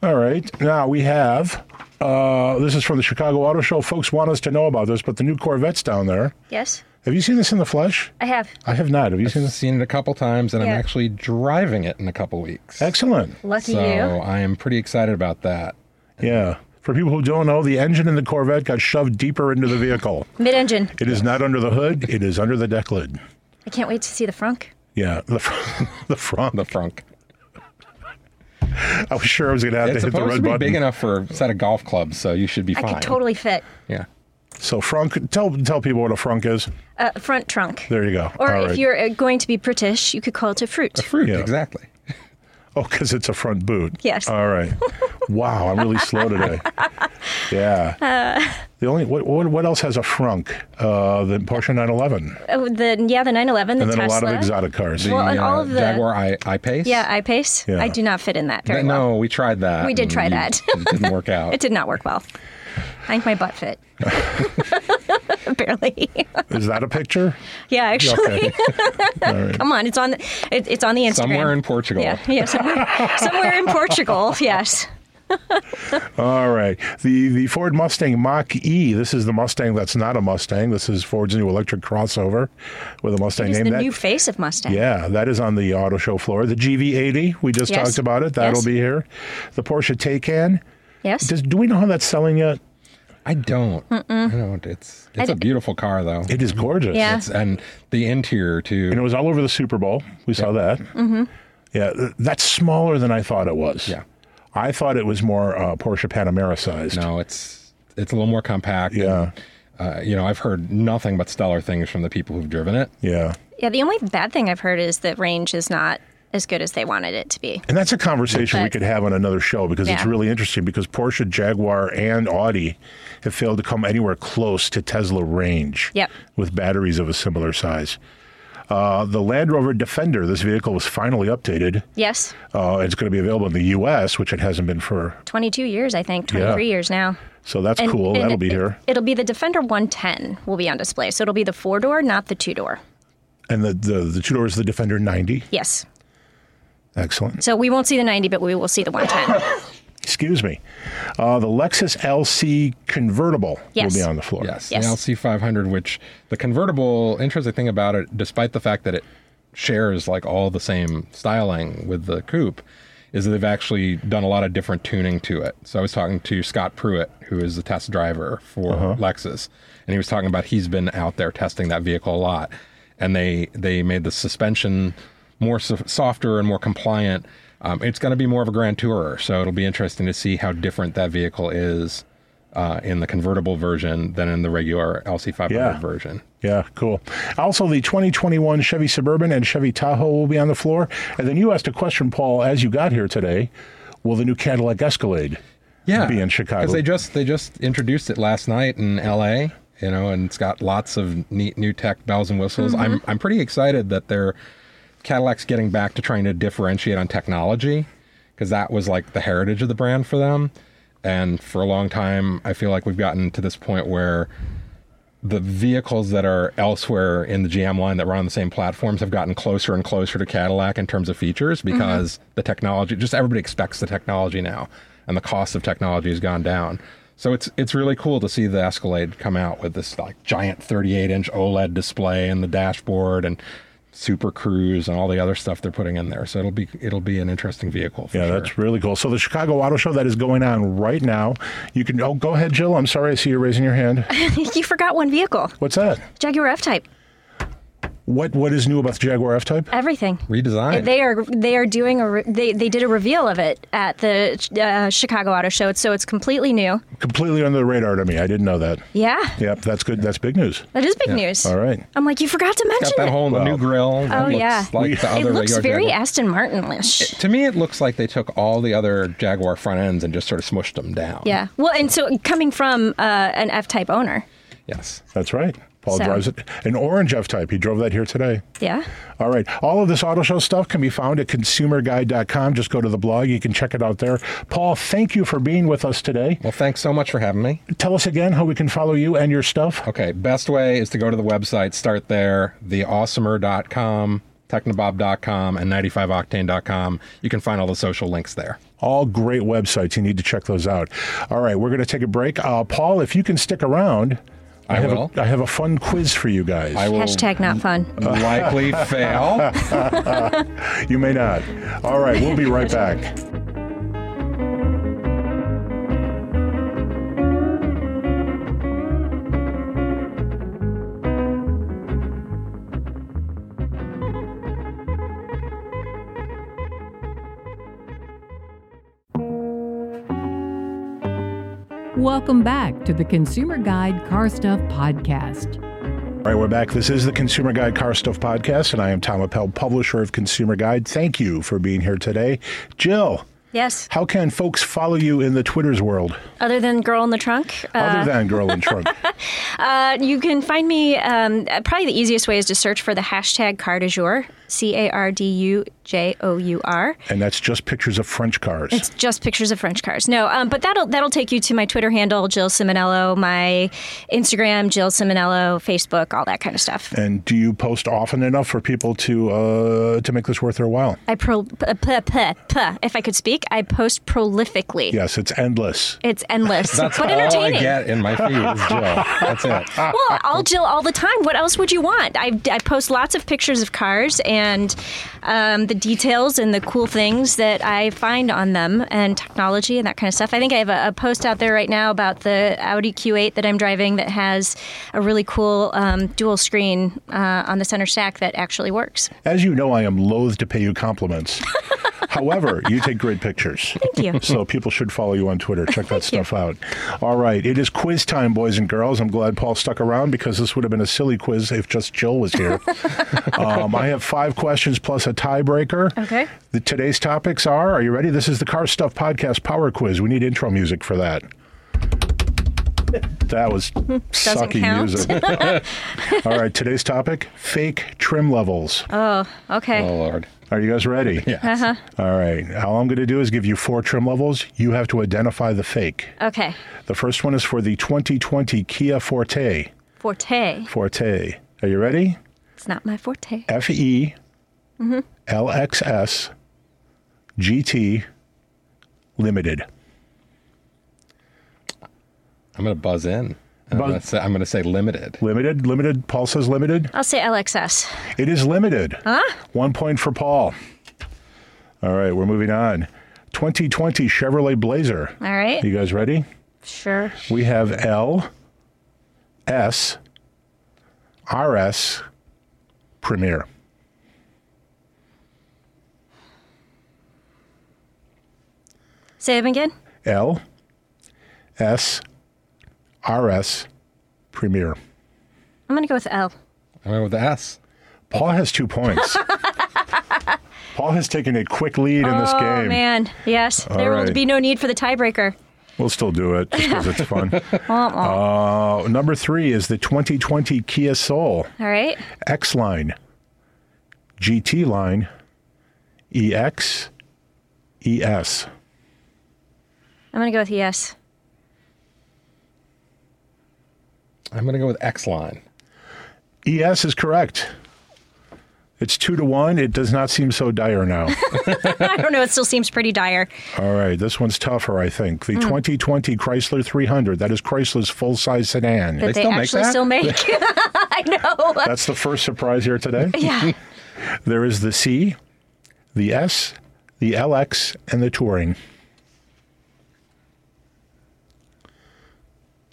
Speaker 3: All right. Now we have uh, this is from the Chicago Auto Show. Folks want us to know about this, but the new Corvette's down there.
Speaker 4: yes,
Speaker 3: Have you seen this in the flesh?
Speaker 4: I have.
Speaker 3: I have not. Have you seen
Speaker 5: I've
Speaker 3: this?
Speaker 5: seen it a couple times and
Speaker 4: Yeah.
Speaker 5: I'm actually driving it in a couple weeks.
Speaker 3: Excellent.
Speaker 4: Lucky
Speaker 5: So
Speaker 4: you.
Speaker 5: I am pretty excited about that.
Speaker 3: Yeah. For people who don't know, the engine in the Corvette got shoved deeper into the vehicle.
Speaker 4: Mid engine.
Speaker 3: It is not under the hood, it is under the deck lid.
Speaker 4: I can't wait to see the frunk.
Speaker 3: Yeah, the front. The front.
Speaker 5: The frunk.
Speaker 3: I was sure I was going to have
Speaker 5: It's
Speaker 3: to hit the
Speaker 5: supposed
Speaker 3: red
Speaker 5: to be
Speaker 3: button.
Speaker 5: big enough for a set of golf clubs, so you should be
Speaker 4: I
Speaker 5: fine.
Speaker 4: could totally fit
Speaker 5: Yeah.
Speaker 3: So frunk, tell tell people what a frunk is.
Speaker 4: uh, front trunk.
Speaker 3: There you go.
Speaker 4: Or
Speaker 3: All
Speaker 4: if
Speaker 3: right.
Speaker 4: you're uh, going to be British, you could call it a fruit.
Speaker 5: Fruit,
Speaker 3: Yeah.
Speaker 5: exactly.
Speaker 3: oh, because it's a front boot.
Speaker 4: Yes.
Speaker 3: All right. wow, I'm really slow today. Yeah.
Speaker 4: Uh,
Speaker 3: the only what, what what else has a frunk? Uh, the Porsche 911,
Speaker 4: Oh, the yeah, the 911, the
Speaker 3: and then
Speaker 4: Tesla.
Speaker 3: a lot of exotic cars.
Speaker 4: Well,
Speaker 5: The,
Speaker 4: and all
Speaker 5: uh,
Speaker 4: of the-
Speaker 5: Jaguar I, I Pace.
Speaker 4: Yeah, I pace.
Speaker 3: Yeah.
Speaker 4: I do not fit in that very
Speaker 5: Th-
Speaker 4: well.
Speaker 5: No, we tried that.
Speaker 4: We did
Speaker 5: and
Speaker 4: try
Speaker 5: you-
Speaker 4: that.
Speaker 5: it didn't work out.
Speaker 4: It did not work well. I think my butt fit. Barely.
Speaker 3: Is that a picture?
Speaker 4: yeah, actually.
Speaker 3: Okay. All right.
Speaker 4: Come on, it's on the it, it's on the Instagram.
Speaker 5: Somewhere in Portugal.
Speaker 4: Yeah, yeah, somewhere, somewhere in Portugal. Yes.
Speaker 3: All right. The the Ford Mustang Mach E. This is the Mustang that's not a Mustang. This is Ford's new electric crossover with a Mustang
Speaker 4: It is
Speaker 3: name.
Speaker 4: the
Speaker 3: that,
Speaker 4: new face of Mustang.
Speaker 3: yeah, that is on the auto show floor. The GV80. We just
Speaker 4: Yes.
Speaker 3: talked about it. That'll
Speaker 4: Yes.
Speaker 3: be here. The Porsche Taycan.
Speaker 4: Yes.
Speaker 3: Does, do we know how that's selling yet?
Speaker 5: I don't. I don't. It's it's a beautiful car though.
Speaker 3: It is gorgeous.
Speaker 4: Yeah.
Speaker 5: It's and the interior too.
Speaker 3: And it was all over the Super Bowl. We saw that. Mm-hmm. Yeah, th- that's smaller than I thought it was.
Speaker 5: Yeah.
Speaker 3: I thought it was more uh, Porsche Panamera sized.
Speaker 5: no, it's it's a little more compact.
Speaker 3: Yeah.
Speaker 5: and, uh, you know, I've heard nothing but stellar things from the people who've driven it.
Speaker 3: Yeah.
Speaker 4: Yeah, the only bad thing I've heard is that range is not as good as they wanted it to be.
Speaker 3: And that's a conversation we
Speaker 4: But-
Speaker 3: could have on another show because it's
Speaker 4: Yeah.
Speaker 3: really interesting because Porsche, Jaguar, and Audi have failed to come anywhere close to Tesla range
Speaker 4: Yep.
Speaker 3: with batteries of a similar size. Uh, the Land Rover Defender, this vehicle was finally updated.
Speaker 4: Yes.
Speaker 3: Uh, it's going to be available in the U.S., which it hasn't been for.
Speaker 4: 22 years, I think, 23
Speaker 3: Yeah.
Speaker 4: years now.
Speaker 3: So that's
Speaker 4: And-
Speaker 3: cool.
Speaker 4: and
Speaker 3: That'll be
Speaker 4: it-
Speaker 3: here.
Speaker 4: It'll be the Defender 110 will be on display. So it'll be the four door, not the two door.
Speaker 3: And the, the, the two doors, the Defender 90.
Speaker 4: Yes.
Speaker 3: Excellent.
Speaker 4: So we won't see the 90, but we will see the 110.
Speaker 3: Excuse me. Uh, the Lexus LC convertible
Speaker 4: Yes.
Speaker 3: will be on the floor.
Speaker 5: Yes,
Speaker 4: Yes.
Speaker 5: the LC 500, which the convertible. Interesting thing about it, despite the fact that it shares like all the same styling with the coupe, is that they've actually done a lot of different tuning to it. So I was talking to Scott Pruitt, who is the test driver for Lexus, and he was talking about he's been out there testing that vehicle a lot, and they they made the suspension more so- softer and more compliant. Um, it's going to be more of a grand tourer, so it'll be interesting to see how different that vehicle is uh, in the convertible version than in the regular LC500
Speaker 3: Yeah.
Speaker 5: version.
Speaker 3: Yeah, cool. Also, the 2021 Chevy Suburban and Chevy Tahoe will be on the floor. And then you asked a question, Paul, as you got here today. Will the new Cadillac Escalade
Speaker 5: yeah,
Speaker 3: be in Chicago?
Speaker 5: Because they just they just introduced it last night in L.A. You know, and it's got lots of neat new tech bells and whistles. I'm I'm pretty excited that they're Cadillac's getting back to trying to differentiate on technology because that was like the heritage of the brand for them. And for a long time, I feel like we've gotten to this point where the vehicles that are elsewhere in the GM line that run on the same platforms have gotten closer and closer to Cadillac in terms of features
Speaker 4: Mm-hmm.
Speaker 5: because the technology just everybody expects the technology now and the cost of technology has gone down. So it's it's really cool to see the Escalade come out with this like giant 38-inch OLED E display and the dashboard and Super Cruise and all the other stuff they're putting in there. So it'll be it'll be an interesting vehicle for
Speaker 3: yeah,
Speaker 5: sure.
Speaker 3: that's really cool. So the Chicago Auto Show that is going on right now. You can oh, go ahead, Jill. I'm sorry, I see you raising your hand.
Speaker 4: you forgot one vehicle
Speaker 3: What's that?
Speaker 4: Jaguar F Type.
Speaker 3: What What is new about the Jaguar F Type?
Speaker 4: Everything.
Speaker 5: redesigned.
Speaker 4: They are they are doing a re- they they did a reveal of it at the uh, Chicago Auto Show, so it's completely new.
Speaker 3: Completely under the radar to me. I didn't know that.
Speaker 4: Yeah,
Speaker 3: Yep, that's good. That's big news.
Speaker 4: that is big news.
Speaker 3: All right.
Speaker 4: I'm like, you forgot to mention
Speaker 5: got that
Speaker 4: it.
Speaker 5: whole
Speaker 3: Wow.
Speaker 5: new grill. that
Speaker 4: Oh,
Speaker 5: looks
Speaker 4: yeah.
Speaker 5: like the
Speaker 4: it
Speaker 5: other
Speaker 4: looks
Speaker 5: regular
Speaker 4: very
Speaker 5: Jaguar.
Speaker 4: Aston Martin-ish.
Speaker 5: To me, it looks like they took all the other Jaguar front ends and just sort of smushed them down.
Speaker 4: yeah. Well, and so coming from uh, an F-type owner.
Speaker 5: Yes.
Speaker 3: That's right. Paul
Speaker 4: So-
Speaker 3: drives it. An orange F Type. He drove that here today.
Speaker 4: Yeah.
Speaker 3: All right. All of this auto show stuff can be found at consumerguide.com. Just go to the blog. You can check it out there. Paul, thank you for being with us today.
Speaker 5: Well, thanks so much for having me.
Speaker 3: Tell us again how we can follow you and your stuff.
Speaker 5: Okay. Best way is to go to the website, start there, theawesomer.com, technobob.com, and 95octane.com. You can find all the social links there.
Speaker 3: All great websites. You need to check those out. All right. We're going to take a break. Uh, Paul, if you can stick around,
Speaker 5: I
Speaker 3: have
Speaker 5: will.
Speaker 3: A, I have a fun quiz for you guys.
Speaker 5: I will
Speaker 4: Hashtag not fun.
Speaker 5: likely fail.
Speaker 3: You may not. All right. We'll be right back.
Speaker 2: Welcome back to the Consumer Guide Car Stuff Podcast.
Speaker 3: All right, we're back. This is the Consumer Guide Car Stuff Podcast, and I am Tom Appel, publisher of Consumer Guide. Thank you for being here today. Jill,
Speaker 4: Yes.
Speaker 3: how can folks follow you in the Twitter's world
Speaker 4: Other than girl in the trunk,
Speaker 3: other than Girl in Trunk?
Speaker 4: Uh, you can find me. Um, probably the easiest way is to search for the hashtag car du jour, C A R D U J O U R.
Speaker 3: and that's just pictures of French cars.
Speaker 4: It's just pictures of French cars. No, um, but that'll that'll take you to my Twitter handle, Jill Simonello, my Instagram, Jill Simonello, Facebook, all that kind of stuff.
Speaker 3: and do you post often enough for people to uh, to make this worth their while?
Speaker 4: I pro, p- p- p- p- if I could speak, I post prolifically.
Speaker 3: Yes, it's endless.
Speaker 4: It's endless,
Speaker 5: That's
Speaker 4: but
Speaker 5: all I
Speaker 4: entertaining.
Speaker 5: get in my feed is Jill. That's it.
Speaker 4: Well, I'll Jill all the time. What else would you want? I, I post lots of pictures of cars and um, the details and the cool things that I find on them and technology and that kind of stuff. I think I have a, a post out there right now about the Audi Q8 that I'm driving that has a really cool um, dual screen uh, on the center stack that actually works.
Speaker 3: As you know, I am loath to pay you compliments. However, you take great pictures.
Speaker 4: Thank you.
Speaker 3: So people should follow you on Twitter. Check that stuff out. All right. It is quiz time, boys and girls. I'm glad Paul stuck around because this would have been a silly quiz if just Jill was here. um, I have five questions plus a tiebreaker.
Speaker 4: Okay.
Speaker 3: The, today's topics are Are you ready? This is the Car Stuff Podcast Power Quiz. We need intro music for that. That was sucky
Speaker 4: count.
Speaker 3: music. All right, today's topic fake trim levels.
Speaker 4: Okay.
Speaker 5: Oh, Lord.
Speaker 3: Are you guys ready?
Speaker 5: Yes.
Speaker 3: All right. All I'm going to do is give you four trim levels. You have to identify the fake.
Speaker 4: Okay.
Speaker 3: The first one is for the 2020 Kia Forte.
Speaker 4: Forte.
Speaker 3: Forte. Are you ready?
Speaker 4: It's not my forte.
Speaker 3: F E L X S G T Limited.
Speaker 5: I'm going to buzz in. I'm
Speaker 3: Buzz-
Speaker 5: going to say, I'm gonna say limited.
Speaker 3: Limited. Limited. Paul says limited.
Speaker 4: I'll say LXS.
Speaker 3: It is limited. Huh? One point for Paul. All right. We're moving on. 2020 Chevrolet Blazer.
Speaker 4: All
Speaker 3: You
Speaker 4: right.
Speaker 3: guys ready?
Speaker 4: Sure.
Speaker 3: We have L, S, RS, Premier.
Speaker 4: Say them again.
Speaker 3: L S R S Premier.
Speaker 4: I'm going to go with L.
Speaker 5: I went with the S.
Speaker 3: Paul has two points. Paul has taken a quick lead in this
Speaker 4: Oh
Speaker 3: game.
Speaker 4: man, yes. there will
Speaker 3: right.
Speaker 4: be no need for the tiebreaker.
Speaker 3: We'll still do it just because it's fun.
Speaker 4: Womp womp.
Speaker 3: Uh, number three is the 2020 Kia Soul
Speaker 4: All right.
Speaker 3: X Line, GT Line, E EX, ES.
Speaker 4: I'm going to go with yes.
Speaker 5: I'm going to go with X line.
Speaker 3: ES is correct. It's two to one. It does not seem so dire now.
Speaker 4: I don't know. It still seems pretty dire.
Speaker 3: All right, this one's tougher, I think. The 2020 Chrysler 300. That is Chrysler's full size sedan.
Speaker 4: That
Speaker 5: They
Speaker 4: they,
Speaker 5: still make
Speaker 4: actually
Speaker 5: that?
Speaker 4: still make. I know.
Speaker 3: That's the first surprise here today.
Speaker 4: yeah.
Speaker 3: There is the C, the S, the LX, and the Touring.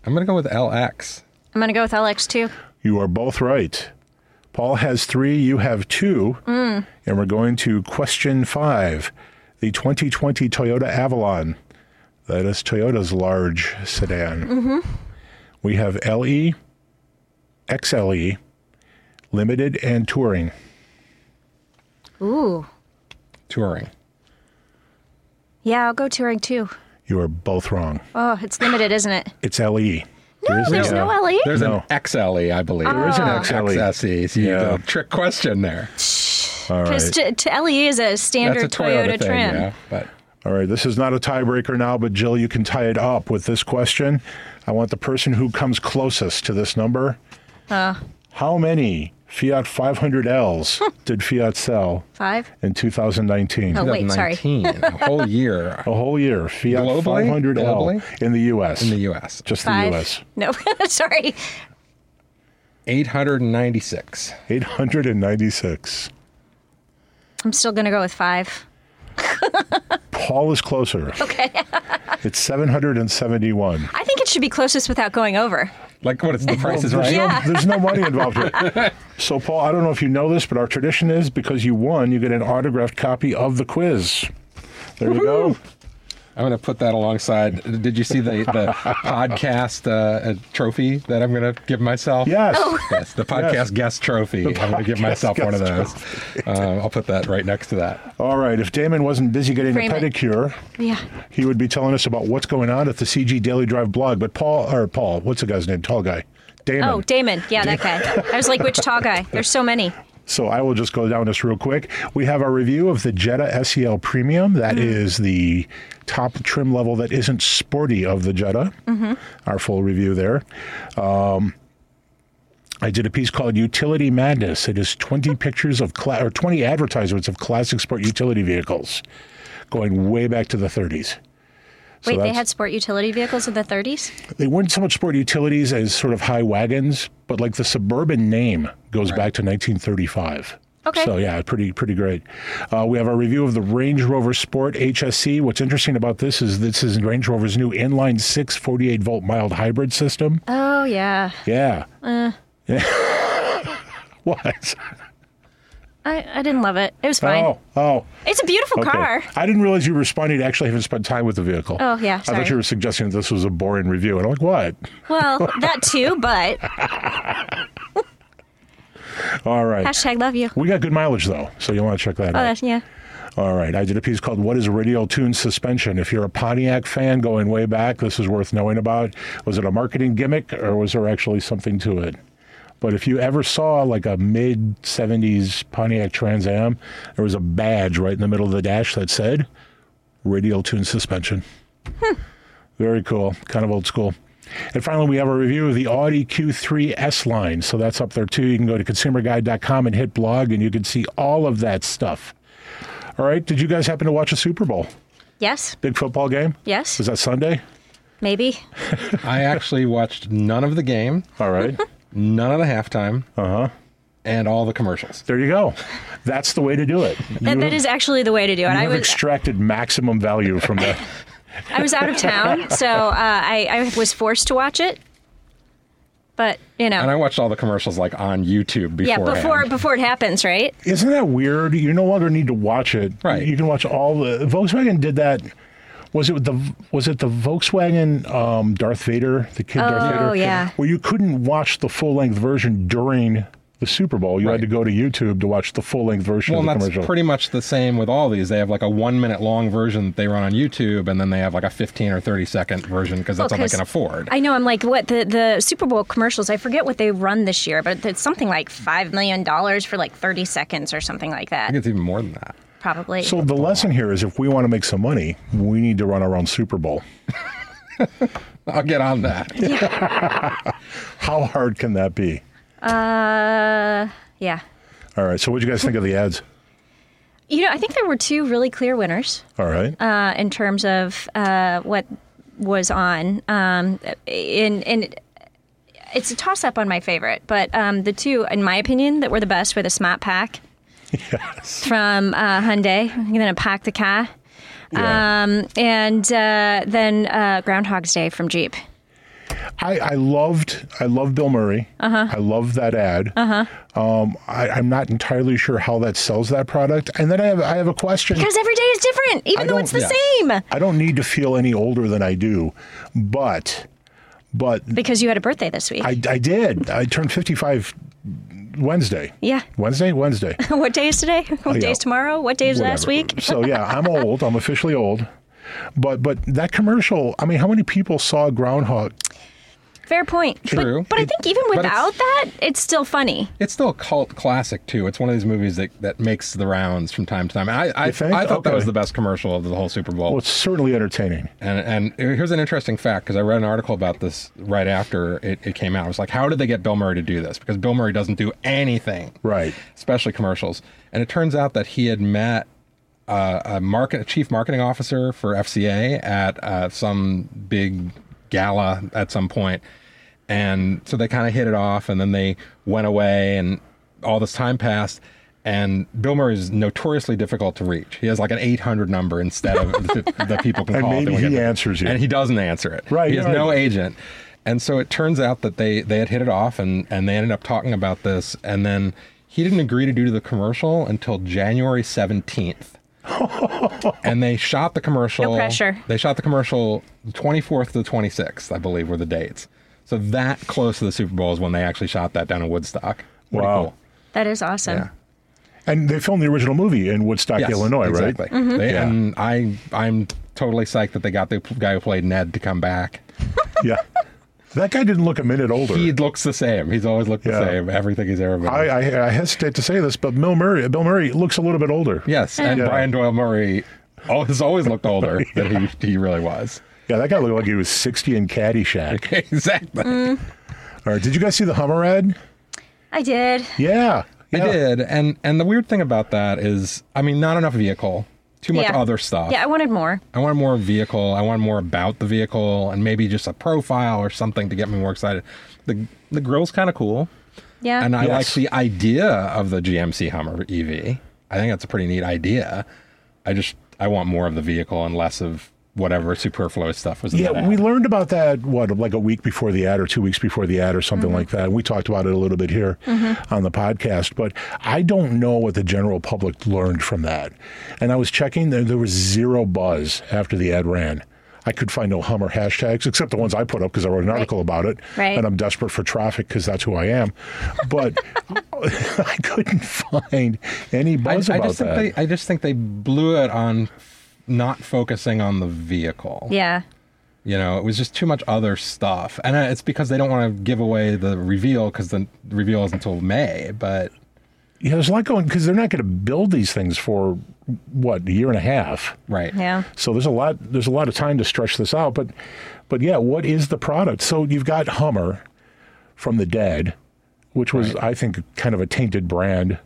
Speaker 5: I'm going to go with LX.
Speaker 4: I'm going to go with LX too.
Speaker 3: You are both right. Paul has three, you have two. And we're going to question five the 2020 Toyota Avalon. That is Toyota's large sedan. We have E, LE, XLE, E, Limited, and Touring.
Speaker 4: Ooh.
Speaker 5: Touring.
Speaker 4: Yeah, I'll go touring too.
Speaker 3: You are both wrong.
Speaker 4: Oh, it's limited, isn't it?
Speaker 3: It's E. LE. There is
Speaker 4: There's no E. LE.
Speaker 5: There's
Speaker 3: No.
Speaker 5: an XLE, I believe.
Speaker 4: Ah.
Speaker 5: There
Speaker 3: is an XLE.
Speaker 5: XSE. So you
Speaker 3: Yeah.
Speaker 5: did E. a trick question there.
Speaker 3: All
Speaker 4: Because
Speaker 3: right.
Speaker 4: to, to LE E is a
Speaker 5: That's a
Speaker 4: standard
Speaker 5: Toyota, thing,
Speaker 4: trim.
Speaker 5: yeah. But
Speaker 3: All right, this is not a tiebreaker now, but Jill, you can tie it up with this question. I want the person who comes closest to this number.
Speaker 4: Uh.
Speaker 3: How many Fiat 500Ls did Fiat sell
Speaker 4: Five.
Speaker 3: in 2019?
Speaker 4: Oh, wait, sorry.
Speaker 5: 2019, a whole year
Speaker 3: A whole year. Fiat
Speaker 5: Globally?
Speaker 3: 500L
Speaker 5: Globally?
Speaker 3: in the U.S.
Speaker 5: in the U.S.
Speaker 3: Just
Speaker 4: Five.
Speaker 3: the U.S.
Speaker 4: No, sorry.
Speaker 5: 896.
Speaker 3: 896.
Speaker 4: I'm still going to go with five.
Speaker 3: Paul is closer. Okay. it's 771.
Speaker 4: I think it should be closest without going over.
Speaker 5: Like, what is the price is
Speaker 3: Well,
Speaker 5: right?
Speaker 3: there's,
Speaker 4: Yeah.
Speaker 3: no, there's no money involved here. So, Paul, I don't know if you know this, but our tradition is because you won, you get an autographed copy of the quiz. There you go.
Speaker 5: I'm going to put that alongside. Did you see the, the podcast uh, uh, trophy that I'm going to give myself?
Speaker 3: Yes.
Speaker 4: Oh.
Speaker 5: Yes, the podcast
Speaker 3: Yes.
Speaker 5: guest trophy. I'm going to give
Speaker 3: podcast
Speaker 5: myself one of
Speaker 3: guest
Speaker 5: those. Uh, I'll put that right next to that.
Speaker 3: All right. If Damon wasn't busy getting
Speaker 4: Frame
Speaker 3: a
Speaker 4: it.
Speaker 3: pedicure,
Speaker 4: Yeah.
Speaker 3: he would be telling us about what's going on at the CG Daily Drive blog. But Paul, or Paul, what's the guy's name? Tall guy. Damon.
Speaker 4: Oh, Damon. Yeah, that guy. I was like, which tall guy? There's so many.
Speaker 3: So I will just go down this real quick. We have our review of the Jetta SEL Premium.
Speaker 4: Mm-hmm.
Speaker 3: That is the top trim level that isn't sporty of the Jetta.
Speaker 4: Mm-hmm.
Speaker 3: Our full review there. Um, I did a piece called Utility Madness. It is 20 pictures of cla- or 20 advertisements of classic sport utility vehicles going way back to the 30s. So
Speaker 4: Wait, they
Speaker 3: that's-
Speaker 4: had sport utility vehicles in the 30s?
Speaker 3: they weren't so much sport utilities as sort of high wagons, but like the suburban name goes back to 1935.
Speaker 4: Okay.
Speaker 3: So yeah, pretty pretty great. Uh, we have our review of the Range Rover Sport HSC. What's interesting about this is this is Range Rover's new inline six 48 volt mild hybrid system.
Speaker 4: Oh, yeah.
Speaker 3: Yeah.
Speaker 4: uh.
Speaker 3: what?
Speaker 4: I, I didn't love it. It was fine.
Speaker 3: Oh oh.
Speaker 4: It's a beautiful
Speaker 3: Okay.
Speaker 4: car.
Speaker 3: I didn't realize you were responding to actually having spent time with the vehicle.
Speaker 4: Oh, yeah,
Speaker 3: I
Speaker 4: sorry.
Speaker 3: thought you were suggesting that this was a boring review, and I'm like, what?
Speaker 4: Well, that too, but
Speaker 3: All right.
Speaker 4: hashtag love you.
Speaker 3: we got good mileage though, so you want to check that
Speaker 4: Oh,
Speaker 3: out.
Speaker 4: that's, yeah.
Speaker 3: All right. I did a piece called What is Radio Tune Suspension? If you're a Pontiac fan going way back, this is worth knowing about. Was it a marketing gimmick or was there actually something to it? But if you ever saw like a mid 70s Pontiac Trans Am, there was a badge right in the middle of the dash that said Radial Tune Suspension. Very cool. Kind of old school. And finally, we have a review of the Audi Q3 S line. So that's up there too. You can go to consumerguide.com and hit blog, and you can see all of that stuff. All right. Did you guys happen to watch a Super Bowl?
Speaker 4: Yes.
Speaker 3: Big football game?
Speaker 4: Yes.
Speaker 3: Was that Sunday?
Speaker 4: Maybe.
Speaker 5: I actually watched none of the game,
Speaker 3: All right.
Speaker 5: none of the halftime, uh-huh. and all the commercials.
Speaker 3: there you go. That's the way to do it.
Speaker 4: That, that is actually the way to do it. I
Speaker 3: I've
Speaker 4: was
Speaker 3: extracted maximum value from that.
Speaker 4: I was out of town, so uh, I, I was forced to watch it. But you know,
Speaker 5: And I watched all the commercials like on YouTube
Speaker 4: yeah,
Speaker 5: before.
Speaker 4: before before it happens, right?
Speaker 3: Isn't that weird? You no longer need to watch it.
Speaker 5: Right.
Speaker 3: You can watch all the Volkswagen did that was it the was it the Volkswagen um, Darth Vader, the kid Darth Vader?
Speaker 4: Oh, yeah.
Speaker 3: Where you couldn't watch the full length version during the Super Bowl. You had
Speaker 5: Right.
Speaker 3: to go to YouTube to watch the full length version
Speaker 5: Well,
Speaker 3: of
Speaker 5: and
Speaker 3: the
Speaker 5: that's
Speaker 3: commercial.
Speaker 5: pretty much the same with all these. They have like a one minute long version that they run on YouTube, and then they have like a 15 or 30 second version because that's all they
Speaker 4: 'cause
Speaker 5: can afford.
Speaker 4: I know. I'm like, what the the Super Bowl commercials? I forget what they run this year, but it's something like five million dollars for like 30 seconds or something like
Speaker 5: I
Speaker 4: that.
Speaker 5: think it's even more than that.
Speaker 4: Probably.
Speaker 3: so the lesson here is if we want to make some money, we need to run our own Super Bowl.
Speaker 5: I'll get on that.
Speaker 3: How hard can that be?
Speaker 4: uh, yeah.
Speaker 3: All right. So what do you guys think of the ads?
Speaker 4: You know, I think there were two really clear winners.
Speaker 3: All right.
Speaker 4: uh, in terms of uh, what was on. Um, in in it's a toss up on my favorite, but um, the two, in my opinion, that were the best were the Smart Pack from uh, Hyundai. I'm gonna pack the car,
Speaker 3: Yeah.
Speaker 4: um, and uh, then uh, Groundhog's Day from Jeep.
Speaker 3: I, I loved I love Bill Murray. Uh-huh. I love that ad. Uh-huh. Um, I, I'm not entirely sure how that sells that product. And then I have I have a question.
Speaker 4: Because every day is different, even
Speaker 3: I
Speaker 4: though
Speaker 3: don't-
Speaker 4: it's the
Speaker 3: yeah.
Speaker 4: same.
Speaker 3: I don't need to feel any older than I do, but but
Speaker 4: Because you had a birthday this week.
Speaker 3: I, I did. I turned 55 Wednesday.
Speaker 4: yeah.
Speaker 3: Wednesday, Wednesday.
Speaker 4: What day is today? What
Speaker 3: yeah.
Speaker 4: day is tomorrow? What day is last
Speaker 3: Whatever.
Speaker 4: week?
Speaker 3: so yeah, I'm old. I'm officially old. But but that commercial. I mean, how many people saw Groundhog?
Speaker 4: Fair point. But-
Speaker 5: True.
Speaker 4: But, I
Speaker 5: It-
Speaker 4: think even
Speaker 5: but it's-
Speaker 4: without that, it's still funny.
Speaker 5: It's still a cult classic too. It's one of these movies that, that makes the rounds from time to time. I I, I
Speaker 3: You think?
Speaker 5: thought that was
Speaker 3: Okay.
Speaker 5: the best commercial of the whole Super Bowl.
Speaker 3: Well, it's certainly entertaining.
Speaker 5: And, and here's an interesting fact because I read an article about this right after it, it came out. I was like, how did they get Bill Murray to do this? Because Bill Murray doesn't do anything,
Speaker 3: Right.
Speaker 5: especially commercials. And it turns out that he had met uh, a market a chief marketing officer for FCA at uh, some big gala at some point, and so they kind of hit it off. And then they went away, and all this time passed. And Bill Murray is notoriously difficult to reach. He has like an 800 number instead of the, the people can
Speaker 3: And
Speaker 5: call. if they
Speaker 3: maybe
Speaker 5: wanna get
Speaker 3: he
Speaker 5: the-
Speaker 3: answers you.
Speaker 5: And he doesn't answer it.
Speaker 3: Right,
Speaker 5: He has
Speaker 3: right.
Speaker 5: no agent. And so it turns out that they they had hit it off and and they ended up talking about this and then he didn't agree to do the commercial until January 17th. and they shot the commercial.
Speaker 4: No pressure.
Speaker 5: They shot the commercial the 24th to the 26th, I believe, were the dates. So that close to the Super Bowl is when they actually shot that down in Woodstock. Pretty
Speaker 3: Wow.
Speaker 5: cool.
Speaker 4: That is awesome.
Speaker 5: Yeah.
Speaker 3: And they filmed the original movie in Woodstock,
Speaker 5: Yes,
Speaker 3: Illinois,
Speaker 5: exactly.
Speaker 3: right?
Speaker 4: Mm-hmm.
Speaker 5: They,
Speaker 3: Yeah.
Speaker 5: And I, I'm totally psyched that they got the guy who played Ned to come back.
Speaker 3: Yeah. That guy didn't look a minute older.
Speaker 5: He looks the same. He's always looked the
Speaker 3: Yeah.
Speaker 5: same. Everything he's ever been.
Speaker 3: I, I, I hesitate to say this, but Bill Murray, Bill Murray looks a little bit older.
Speaker 5: yes, and
Speaker 3: Yeah.
Speaker 5: Brian Doyle Murray al- has always looked older than he, he really was.
Speaker 3: Yeah, that guy looked like he was 60 in Caddyshack.
Speaker 5: exactly.
Speaker 4: Mm.
Speaker 3: All right, did you guys see the Hummer ad?
Speaker 4: I did.
Speaker 3: Yeah. yeah.
Speaker 5: I did, and and the weird thing about that is, I mean, not enough vehicle, too much
Speaker 4: Yeah.
Speaker 5: other stuff.
Speaker 4: Yeah, I wanted more.
Speaker 5: I wanted more vehicle. I wanted more about the vehicle, and maybe just a profile or something to get me more excited. The the grill's kind of cool.
Speaker 4: Yeah.
Speaker 5: And I
Speaker 3: Yes.
Speaker 5: like the idea of the GMC Hummer EV. I think that's a pretty neat idea. I just I want more of the vehicle and less of whatever superfluous stuff was. in that
Speaker 3: Yeah,
Speaker 5: ad.
Speaker 3: we learned about that, what, like a week before the ad or two weeks before the ad or something
Speaker 5: Mm-hmm.
Speaker 3: like that. We talked about it a little bit here on the podcast, but I don't know what the general public learned from that. And I was checking, there, there was zero buzz after the ad ran. I could find no Hummer hashtags except the ones I put up because I wrote an article about it.
Speaker 4: Right.
Speaker 3: And I'm desperate for traffic because that's who I am. But I couldn't find any
Speaker 5: I, I
Speaker 3: buzz
Speaker 5: just
Speaker 3: about
Speaker 5: think
Speaker 3: that.
Speaker 5: they I just think they blew it on f- not focusing on the vehicle.
Speaker 4: yeah.
Speaker 5: You know, it was just too much other stuff, and uh, it's because they don't want to give away the reveal because the reveal is until May. But
Speaker 3: yeah, there's a lot going because they're not going to build these things for what, a year and a half?
Speaker 5: right,
Speaker 4: Yeah.
Speaker 3: So there's a lot there's a lot of time to stretch this out, but but yeah, what is the product? So you've got Hummer from the dead, which was I think kind of a tainted brand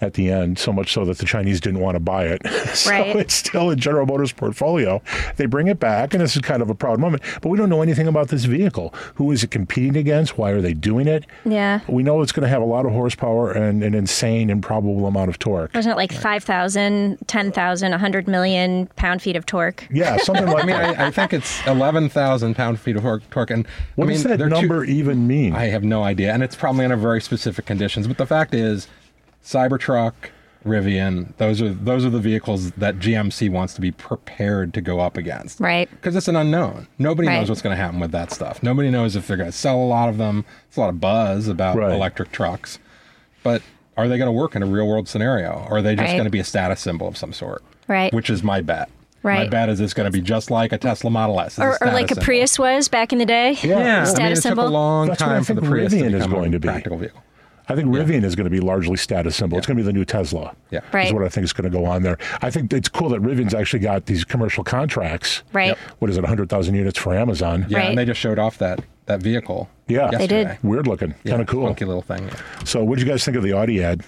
Speaker 3: at the end, so much so that the Chinese didn't want to buy it. so
Speaker 4: Right.
Speaker 3: it's still in General Motors portfolio. They bring it back and this is kind of a proud moment. But we don't know anything about this vehicle. Who is it competing against? Why are they doing it?
Speaker 4: Yeah.
Speaker 3: We know it's going to have a lot of horsepower and an insane improbable amount of torque.
Speaker 4: Wasn't it like 5,000, 10,000, 100 million pound feet of torque?
Speaker 3: Yeah, something like
Speaker 5: I mean,
Speaker 3: that.
Speaker 5: I, I think it's eleven thousand pound feet of tor- torque, and
Speaker 3: What
Speaker 5: I mean,
Speaker 3: does that
Speaker 5: they're too-
Speaker 3: number even mean?
Speaker 5: I have no idea, and it's probably under very specific conditions. But the fact is, Cybertruck, Rivian. Those are those are the vehicles that GMC wants to be prepared to go up against.
Speaker 4: Right.
Speaker 5: Because it's an unknown. Nobody
Speaker 4: Right.
Speaker 5: knows what's going to happen with that stuff. Nobody knows if they're going to sell a lot of them. It's a lot of buzz about
Speaker 3: Right.
Speaker 5: electric trucks, but are they going to work in a real world scenario? Or are they just
Speaker 4: Right.
Speaker 5: going to be a status symbol of some sort?
Speaker 4: Right.
Speaker 5: Which is my bet. My
Speaker 4: Right.
Speaker 5: bet is it's going to be just like a Tesla Model S. It's
Speaker 4: Or, or
Speaker 5: status
Speaker 4: like a
Speaker 5: symbol.
Speaker 4: Prius was back in the day.
Speaker 5: Yeah,
Speaker 3: Status
Speaker 5: I mean, it
Speaker 4: symbol.
Speaker 5: took a long
Speaker 3: That's what I
Speaker 5: time for the
Speaker 3: think
Speaker 5: Prius to
Speaker 3: Rivian is
Speaker 5: become
Speaker 3: going
Speaker 5: a
Speaker 3: to be.
Speaker 5: practical vehicle.
Speaker 3: I think Rivian is going to be largely status symbol. It's going to be the new Tesla.
Speaker 5: Yeah.
Speaker 3: Is
Speaker 4: Right.
Speaker 3: what I think is going to go on there. I think it's cool that Rivian's actually got these commercial contracts.
Speaker 4: Right. Yep.
Speaker 3: What is it, 100,000 units for Amazon?
Speaker 5: Yeah,
Speaker 4: Right.
Speaker 5: and they just showed off that that vehicle.
Speaker 3: Yeah. They
Speaker 4: did.
Speaker 5: yesterday.
Speaker 3: Weird looking.
Speaker 5: Yeah,
Speaker 3: kind of cool.
Speaker 5: Funky little thing.
Speaker 3: So, what did you guys think of the Audi ad?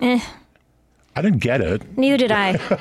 Speaker 3: I didn't get it.
Speaker 4: Eh, Neither did I.
Speaker 5: Didn't,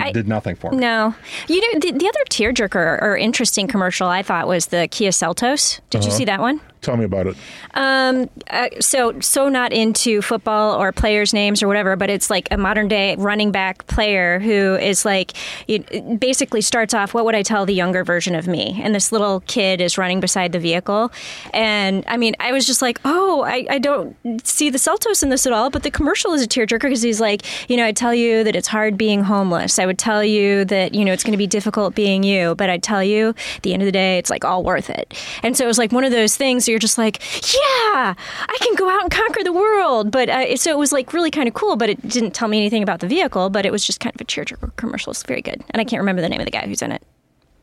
Speaker 4: I-
Speaker 5: did nothing for me.
Speaker 4: No, you know the, the other tearjerker or, or interesting commercial I thought was the Kia Seltos. Did
Speaker 5: Uh-huh.
Speaker 4: you see that one?
Speaker 3: Tell me about it.
Speaker 4: Um, uh, so so not into football or players' names or whatever, but it's like a modern day running back player who is like you, it basically starts off. What would I tell the younger version of me? And this little kid is running beside the vehicle, and I mean, I was just like, oh, I, I don't see the Seltos in this at all. But the commercial is a tearjerker because he's like, you know, I tell you that it's hard being homeless. I would tell you that you know it's going to be difficult being you, but I tell you, at the end of the day, it's like all worth it. And so it was like one of those things. You're just like, yeah, I can go out and conquer the world. But uh, so it was like really kind of cool. But it didn't tell me anything about the vehicle. But it was just kind of a tearjerker commercial. It's very good, and I can't remember the name of the guy who's in it.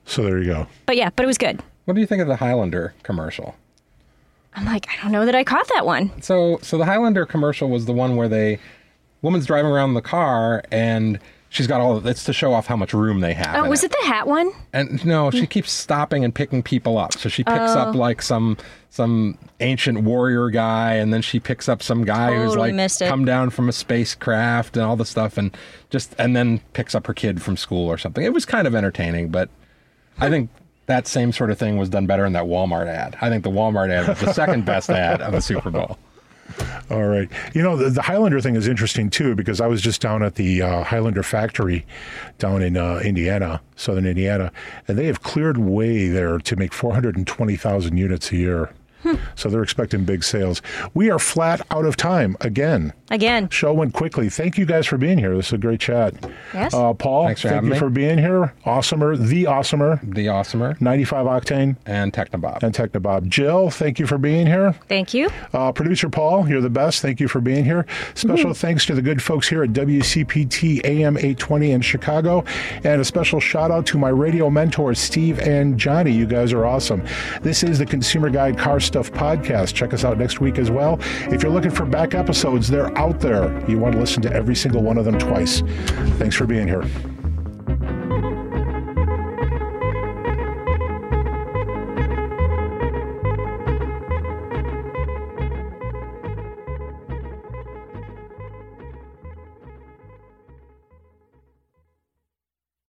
Speaker 3: So, there you go.
Speaker 4: But yeah, but it was good.
Speaker 5: What do you think of the Highlander commercial?
Speaker 4: I'm like, I don't know that I caught that one.
Speaker 5: So, so the Highlander commercial was the one where they woman's driving around the car and she's got all. It's to show off how much room they have.
Speaker 4: Oh,
Speaker 5: in
Speaker 4: was it the hat one?
Speaker 5: And no, she keeps stopping and picking people up. So she picks
Speaker 4: Oh.
Speaker 5: up like some some ancient warrior guy, and then she picks up some guy who's
Speaker 4: Totally
Speaker 5: like
Speaker 4: missed it.
Speaker 5: come down from a spacecraft and all this stuff, and just and then picks up her kid from school or something. It was kind of entertaining, but I think that same sort of thing was done better in that Walmart ad. I think the Walmart ad was the second best ad of the Super Bowl.
Speaker 3: All right. You know, the, the Highlander thing is interesting too because I was just down at the uh, Highlander factory down in uh, Indiana, southern Indiana, and they have cleared way there to make 420,000 units a year. So they're expecting big sales. We are flat out of time again.
Speaker 4: Again,
Speaker 3: Show went quickly. Thank you guys for being here. This is a great chat.
Speaker 4: Yes.
Speaker 3: Uh, Paul,
Speaker 5: Thanks for
Speaker 3: thank
Speaker 5: having
Speaker 3: you
Speaker 5: me.
Speaker 3: for being here. Awesomer, the Awesomer,
Speaker 5: The Awesomer
Speaker 3: 95 Octane,
Speaker 5: and Technobob.
Speaker 3: and Technobob. Jill, thank you for being here.
Speaker 4: thank you.
Speaker 3: Uh, Producer Paul, you're the best. Thank you for being here. Special thanks to the good folks here at WCPT AM 820 in Chicago. And a special shout out to my radio mentors, Steve and Johnny. You guys are awesome. This is the Consumer Guide Car Stuff Podcast. Check us out next week as well. If you're looking for back episodes, they're out there. You want to listen to every single one of them twice. Thanks for being here.